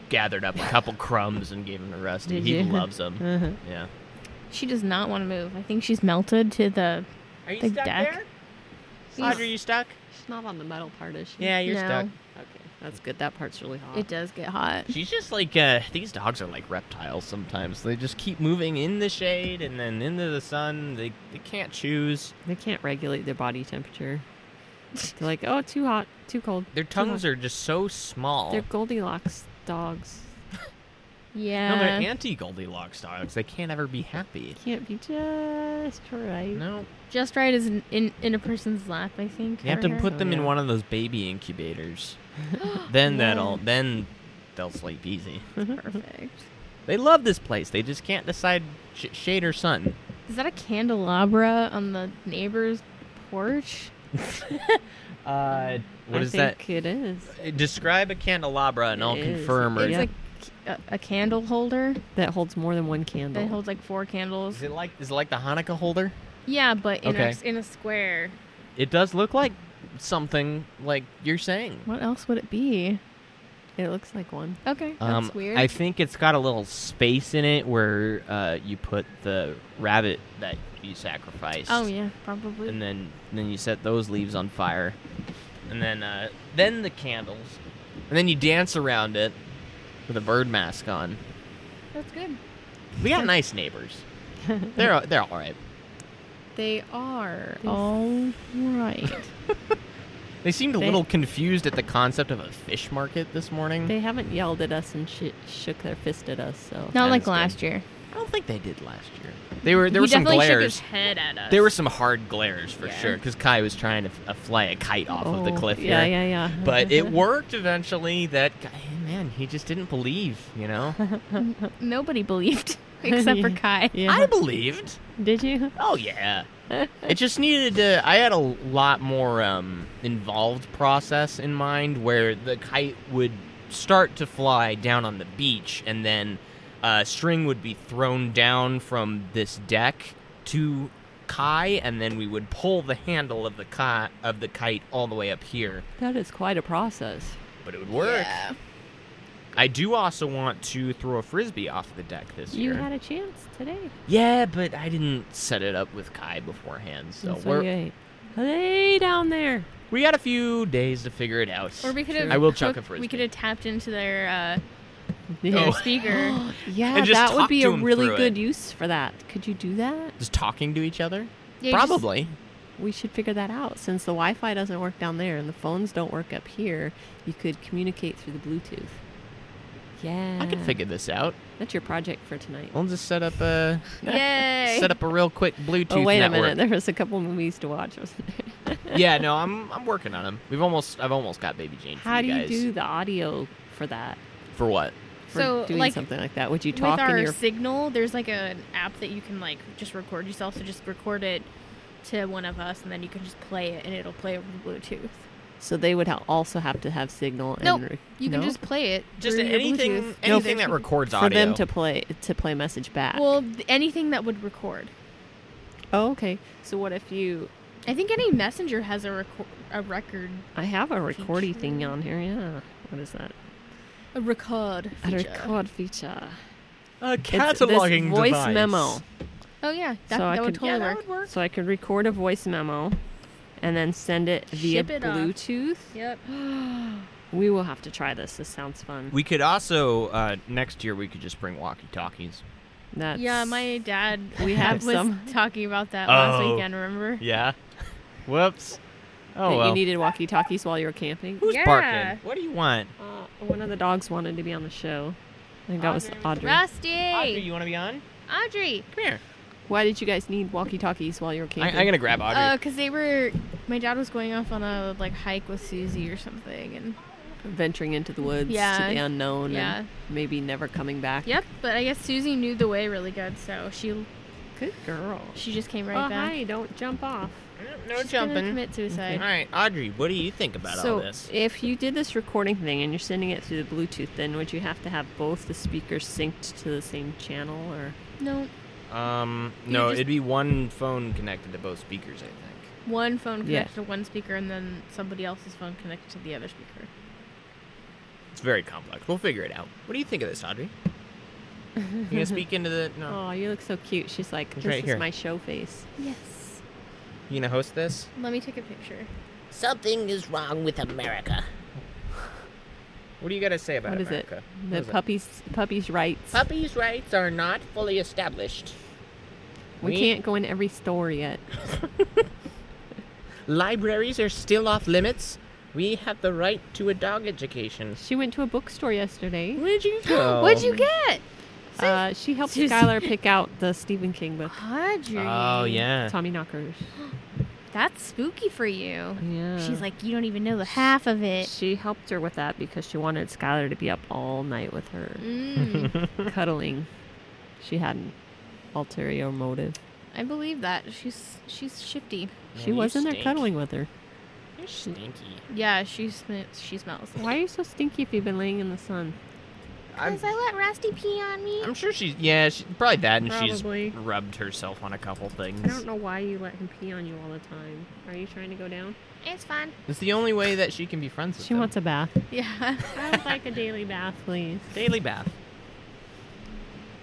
B: gathered up a couple crumbs and gave them to Rusty.
D: Did
B: he
D: you?
B: loves them. Yeah.
C: She does not want to move. I think she's melted to the.
B: Are you
C: The stuck deck? there?
B: Audrey, you stuck?
D: She's not on the metal part, is she?
B: Yeah, you're
C: No.
B: stuck.
D: Okay, that's good. That part's really hot.
C: It does get hot.
B: She's just like uh, these dogs are like reptiles. Sometimes they just keep moving in the shade and then into the sun. They they can't choose.
D: They can't regulate their body temperature. They're like, oh, too hot, too cold.
B: Their tongues are just so small.
D: They're Goldilocks dogs.
B: no, they're
C: Yeah.
B: anti Goldilocks dogs. They can't ever be happy.
D: Can't be just right.
B: No,
C: Just right is in, in, in a person's lap, I think.
B: you have to
C: or her.
B: put them in
D: yeah.
B: one of those baby
D: <gasps>
B: incubators. then that'll then they'll sleep easy.
C: Perfect.
B: They love this place. They just can't decide sh- shade or sun.
C: Is that a candelabra on the neighbor's porch?
B: Uh, what
D: I
B: is
D: think It is
B: that? Describe a candelabra and I'll
D: It is.
B: confirm. Or
C: It's
D: Yeah.
C: like a, a candle holder
D: that holds more than one candle.
C: that holds like four candles.
B: Is it like is it like the Hanukkah holder?
C: Yeah, but in,
B: Okay.
C: a, s- in a square.
B: It does look like something like you're saying.
C: What else would it be?
D: it looks like one.
C: Okay,
B: Um,
C: that's weird.
B: I think it's got a little space in it where uh, you put the rabbit that you sacrificed.
C: oh yeah, probably.
B: And then then you set those leaves on fire, and then uh, then the candles, and then you dance around it with a bird mask on.
C: that's good.
B: We
C: <laughs>
B: got nice neighbors. they're they're all right.
C: They are
D: Oh.
C: all right.
B: They seemed a
D: They-
B: little confused at the concept of a fish market this morning.
D: They haven't yelled at us and sh- shook their fist at us. So
C: Not
B: That
C: like
B: is good.
C: last year.
B: I don't think they did last year. They were there were
C: he
B: some
C: definitely
B: glares.
C: shook his head at us.
B: There were some hard glares for
C: Yeah.
B: sure because Kai was trying to f- uh, fly a kite off of the
D: Oh,
B: cliff
D: Yeah,
B: here.
D: yeah, yeah.
B: <laughs> But it worked eventually. That guy, man, he just didn't believe. You know,
C: nobody believed <laughs> except for
D: Yeah.
C: Kai.
D: <laughs> <laughs> Yeah.
B: I believed.
D: Did you?
B: Oh yeah. it just needed to. I had a lot more um, involved process in mind where the kite would start to fly down on the beach and then uh, string would be thrown down from this deck to Kai and then we would pull the handle of the ki- of the kite all the way up here.
D: <laughs> That is quite a process.
B: But it would work. I do also want to throw a frisbee off the deck this
D: You
B: year.
D: had a chance today.
B: yeah, but I didn't set it up with Kai beforehand, so
D: That's why
B: we're
D: you ate. Lay down there.
B: We got a few days to figure it out.
C: Or we could have.
B: I will chuck a
C: We
B: frisbee.
C: could have tapped into their uh,
D: Yeah,
B: <gasps>
C: their <gasps> speaker.
D: <laughs>
B: <laughs>
D: yeah
B: And Oh. just
D: that
B: talk
D: would be
B: to
D: a
B: 'em
D: really
B: through
D: good
B: it.
D: use for that. Could you do that?
B: Just talking to each other?
C: Yeah, you just-
B: Probably.
D: We should figure that out. Since the Wi-Fi doesn't work down there and the phones don't work up here, you could communicate through the Bluetooth. Yeah.
E: I can figure this out.
D: That's your project for tonight.
B: Oh,
E: I'll just set up
D: <laughs>
E: a
C: Yay!
E: set up a real quick Bluetooth
D: oh wait
E: network.
D: a minute. There was a couple movies to watch. wasn't there?
E: <laughs> yeah, no, I'm I'm working on them. We've almost I've almost got Baby Jane. for
D: How do
E: you
D: you
E: guys.
D: do the audio for that?
E: for what?
D: For
C: So,
D: doing
C: like,
D: something like that, would you
C: With
D: talk
C: our
D: in your?
C: signal, there's like an app that you can like just record yourself. So just record it to one of us, and then you can just play it, and it'll play over Bluetooth.
D: So they would ha- also have to have signal.
C: Nope,
D: and re-
C: You can
D: No?
C: just play it.
E: Just
C: through your
E: anything
C: Bluetooth.
E: anything that records
D: for
E: audio.
D: them to play to play message back.
C: Well, th- anything that would record.
D: oh, okay. So what if you?
C: I think any messenger has a record, a record,
D: I have a recordy
C: Feature.
D: thing on here. Yeah. What is that?
C: a record
D: A
C: feature.
D: record feature.
E: a
D: It's this voice memo.
C: Oh yeah, that,
D: so I
C: that would
D: could,
C: totally work.
D: So I could record a voice memo, and then send it via
C: Ship it off.
D: Bluetooth.
C: Yep.
D: We will have to try this. This sounds fun.
B: We could also uh, next year we could just bring walkie talkies.
D: That's
C: Yeah, my dad.
D: We have
C: was
D: some.
C: talking about that last
B: Oh.
C: weekend. Remember?
E: <laughs>
B: Yeah. Whoops.
D: that
B: Oh well.
D: You needed walkie-talkies while you were camping.
B: Who's
C: Yeah.
B: barking? What do you want?
D: Uh, one of the dogs wanted to be on the show. I think that was Audrey.
C: Rusty.
B: Audrey, you want to be on?
C: Audrey.
B: Come here.
D: Why did you guys need walkie-talkies while you were
E: I,
D: camping?
E: I'm gonna grab Audrey.
C: Uh, cause they were, my dad was going off on a like hike with Susie or something, and
D: venturing into the woods
C: Yeah.
D: to the unknown
C: Yeah.
D: and maybe never coming back.
C: yep. But I guess Susie knew the way really good, so she
D: Good girl.
C: she just came right
D: oh,
C: back.
D: hi, don't jump off.
E: no
C: She's gonna commit
E: All
C: suicide.
E: right, Audrey, what do you think about
D: so
E: all this?
D: if you did this recording thing and you're sending it through the Bluetooth, then would you have to have both the speakers synced to the same channel or
C: No,
B: Um,
C: You
B: no,
C: just-
B: it'd be one phone connected to both speakers, I think.
C: one phone
D: Yeah.
C: connected to one speaker, and then somebody else's phone connected to the other speaker.
E: It's very complex. We'll figure it out. What do you think of this, Audrey? You gonna speak into the? No.
D: Oh, you look so cute. She's like,
E: He's
D: This
E: right
D: is
E: here.
D: my show face.
C: Yes.
E: You gonna host this?
C: Let me take a picture.
F: Something is wrong with America.
E: What do you gotta say about
D: What is it?
E: America?
D: The
E: What is it?
D: puppies puppies rights.
F: Puppies' rights are not fully established.
D: we
E: we-
D: can't go in every store yet.
E: Libraries are still off limits. We have the right to a dog education.
D: She went to a bookstore yesterday.
E: Where'd you
B: Oh.
E: go?
C: What'd you get?
D: Uh, she helped
C: Sus-
D: Skylar <laughs> pick out the Stephen King book.
C: Audrey.
E: Oh yeah.
D: Tommy Knockers.
C: That's spooky for you.
D: Yeah.
C: She's like, you don't even know the half of it.
D: She helped her with that because she wanted Skylar to be up all night with her,
E: <laughs>
C: Mm,
D: cuddling. She had an ulterior motive.
C: I believe that. She's she's shifty.
D: She was in there cuddling with her.
E: You're stinky.
C: Yeah, she sm- she smells.
D: Why are you so stinky if you've been laying in the sun?
E: I'm,
C: I let Rusty pee on me.
E: I'm sure she's yeah, she, probably that, and
D: Probably.
E: she's rubbed herself on a couple
D: I don't
E: <laughs> things.
D: know why you let him pee on you all the time. Are you trying to go down?
C: It's fun.
E: It's the only way that she can be friends with
D: She
E: him.
D: wants a bath.
C: Yeah. <laughs>
D: I would like a daily bath, <laughs> please.
E: daily bath.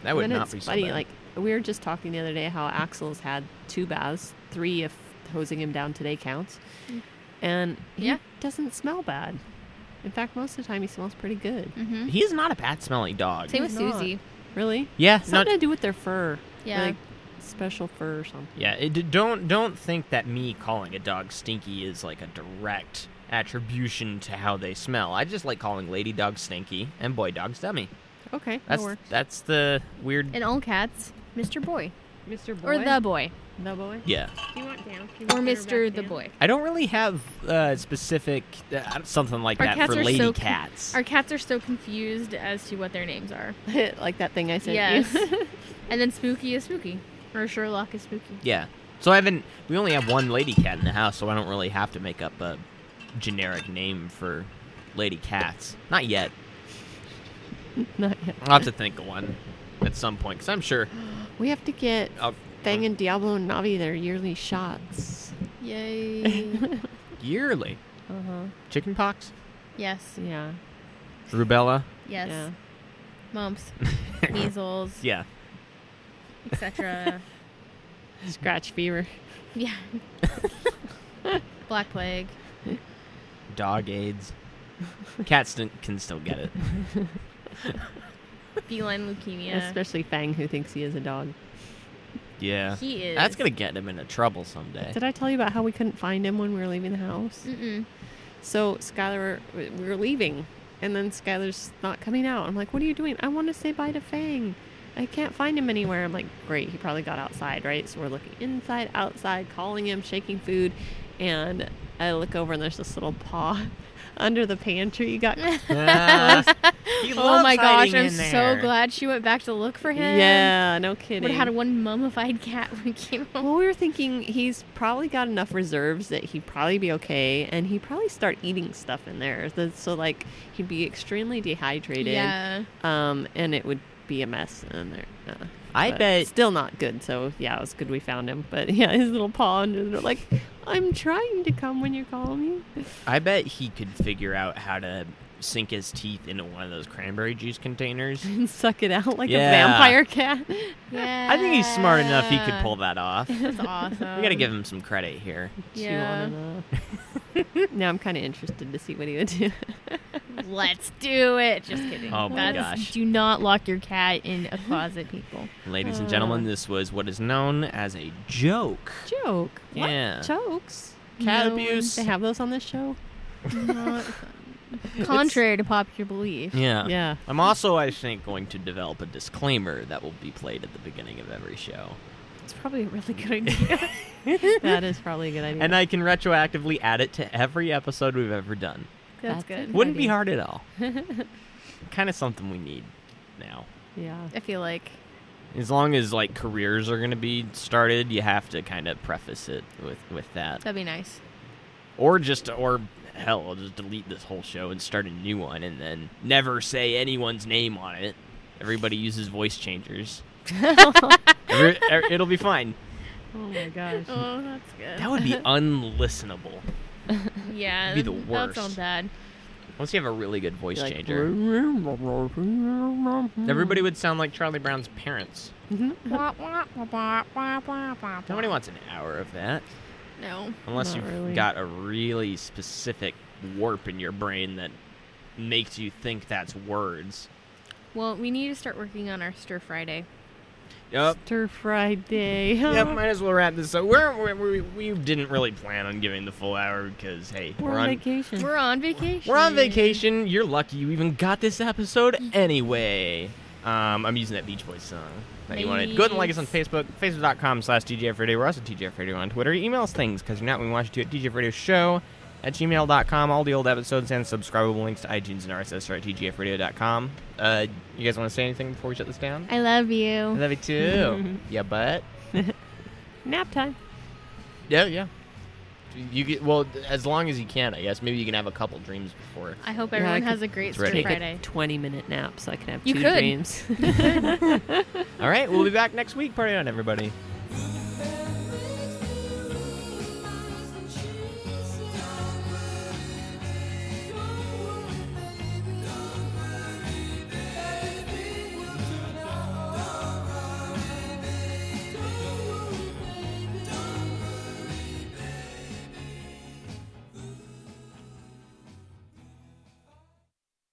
E: That would
D: Then
E: not
D: it's
E: be so
D: funny.
E: bad.
D: Like we were just talking the other day how Axel's had two baths, three if hosing him down today counts, and he
C: Mm. Yeah.
D: doesn't smell bad. In fact, most of the time he smells pretty good.
C: Mm-hmm.
E: he's not a bad smelling dog.
C: Same with
D: He's not.
C: Susie.
D: Really?
E: Yeah,
D: Something
E: not,
D: to do with their fur.
C: Yeah.
D: Like special fur or something.
B: Yeah, it, d- don't don't think that me calling a dog stinky is like a direct attribution to how they smell. I just like calling lady dogs stinky and boy dogs dummy.
D: Okay.
B: That's that's the weird.
C: And all cats, Mr. Boy.
D: Mr. Boy.
C: Or the boy.
D: the boy.
B: Yeah,
D: Do you want down?
C: Or Mr. the boy.
B: I don't really have uh, specific uh, something like
C: Our
B: that
C: cats
B: for
C: are
B: lady
C: so-
B: cats.
C: Our cats are so confused as to what their names are.
D: <laughs> like that thing I said.
C: Yes. <laughs> and then Spooky is Spooky. Or Sherlock is Spooky.
B: Yeah, so I haven't. We only have one lady cat in the house, so I don't really have to make up a generic name for lady cats. Not yet.
D: <laughs> Not yet.
B: I'll have to think of one at some point because I'm sure. uh,
D: We have to get
B: I'll,
D: Fang and Diablo and Navi their yearly shots.
C: Yay.
B: yearly
D: Uh
C: Uh-huh.
D: huh.
B: chicken pox.
C: <laughs> yes.
D: Yeah.
C: <laughs>
B: Rubella. <laughs>
C: Yes.
D: Yeah.
C: Mumps, measles,
B: Yeah.
C: <laughs> etc.
D: Scratch fever.
C: yeah. Black plague.
B: Dog AIDS. Cats can, can still get
C: <laughs>
B: it.
C: Feline leukemia.
D: Especially Fang, who thinks he is a dog.
B: Yeah.
C: He is.
B: That's gonna get him into trouble someday.
D: Did I tell you about
C: Mm.
D: how we couldn't find him when we were leaving the house?
C: Mm-mm.
D: So Skylar, we were leaving, and then Skylar's not coming out. I'm like, what are you doing? I want to say bye to Fang. I can't find him anywhere. I'm like, great, he probably got outside, right? So we're looking inside, outside, calling him, shaking food, and I look over and there's this little paw <laughs> under the pantry. Got
C: <laughs>
B: Ah, he
C: oh
B: loves
C: my gosh,
B: hiding
C: I'm
B: in
C: so
B: there.
C: glad she went back to look for him.
D: yeah, no
C: Would
D: kidding.
C: have had one mummified cat when we came home.
D: Well, we were thinking he's probably got enough reserves that he'd probably be okay, and he'd probably start eating stuff in there. Th- So, like, he'd be extremely dehydrated,
C: Yeah.
D: um, and it would be a mess in there. Uh,
B: I
D: but
B: bet.
D: still not good. So yeah, it was good we found him. But <laughs> yeah, his little paw under there, like, I'm trying to come when you call me.
B: I bet he could figure out how to sink his teeth into one of those cranberry juice containers.
D: and suck it out like
B: Yeah.
D: a vampire cat.
C: Yeah.
B: I think he's smart enough; he could pull that off. We
C: <laughs> That's awesome. <laughs>
B: gotta give him some credit here.
C: <laughs> Yeah.
D: <laughs> now I'm kind of interested to see what he would do. <laughs>
C: Let's do it. Just kidding.
B: Oh my
C: That's-
B: gosh.
C: Do not lock your cat in a closet,
B: <laughs>
C: people.
B: Ladies and gentlemen, this was what is known as a joke.
D: Joke. What?
B: Yeah.
D: Jokes.
B: Cat
C: No,
B: abuse.
D: They have those on this show.
C: Not- contrary to popular belief.
B: Yeah.
D: Yeah.
B: I'm also, I think, going to develop a disclaimer that will be played at the beginning of every show.
C: It's probably a really good idea.
D: that is probably a good idea.
B: And I can retroactively add it to every episode we've ever done.
C: That's
D: That's
C: good.
D: it.
B: Wouldn't be
D: idea.
B: hard at
C: <laughs>
B: all. kind of something we need now.
D: yeah.
C: I feel like
B: As long as like careers are going to be started, you have to kind of preface it with with that,
C: that'd be nice.
B: or just or hell, I'll just delete this whole show and start a new one, and then never say anyone's name on it. Everybody uses voice changers. Every- er, it'll be fine.
D: Oh my gosh.
C: Oh, that's good.
B: That <laughs> would be unlistenable
C: yeah,
B: be the
C: That sounds
B: worst.
C: <laughs> bad.
B: once you have a really good voice
D: Like,
B: changer. Everybody would sound like Charlie Brown's parents. Nobody wants an hour of that.
C: No.
B: Unless
D: Not
B: you've
D: really.
B: got a really specific warp in your brain that makes you think that's words.
C: Well, we need to start working on our stir Friday.
B: Yep.
D: Stir fried day.
B: Yep, might as well wrap this up. We're, we, we, we didn't really plan on giving the full hour because, hey,
D: <gasps> We're on vacation.
C: We're on vacation.
B: Hmm. We're on vacation. You're lucky you even got this episode anyway. Um, I'm using that Beach Boys song that you wanted. Go ahead and like us on Facebook, facebook.com slash DJF Radio. We're also DJF Radio on Twitter. Email us things because you're not when we want you to at DJF Radio Show at gmail.com. All the old episodes and subscribable links to iTunes and RSS are at DJFradio.com. Uh, you guys want to say anything before we shut this down?
C: I love you.
B: I love you too. yeah, but.
D: Nap time.
B: Yeah, yeah. You get well as long as you can, I guess. Maybe you can have a couple dreams before.
C: I hope
D: Yeah, I
C: everyone
D: could
C: has a great
B: It's
C: stir
B: ready.
D: Take
C: Friday.
D: a 20 minute nap so I can have
C: You
D: two
C: could.
D: dreams.
B: All right, we'll be back next week. Party on, everybody.
G: Thank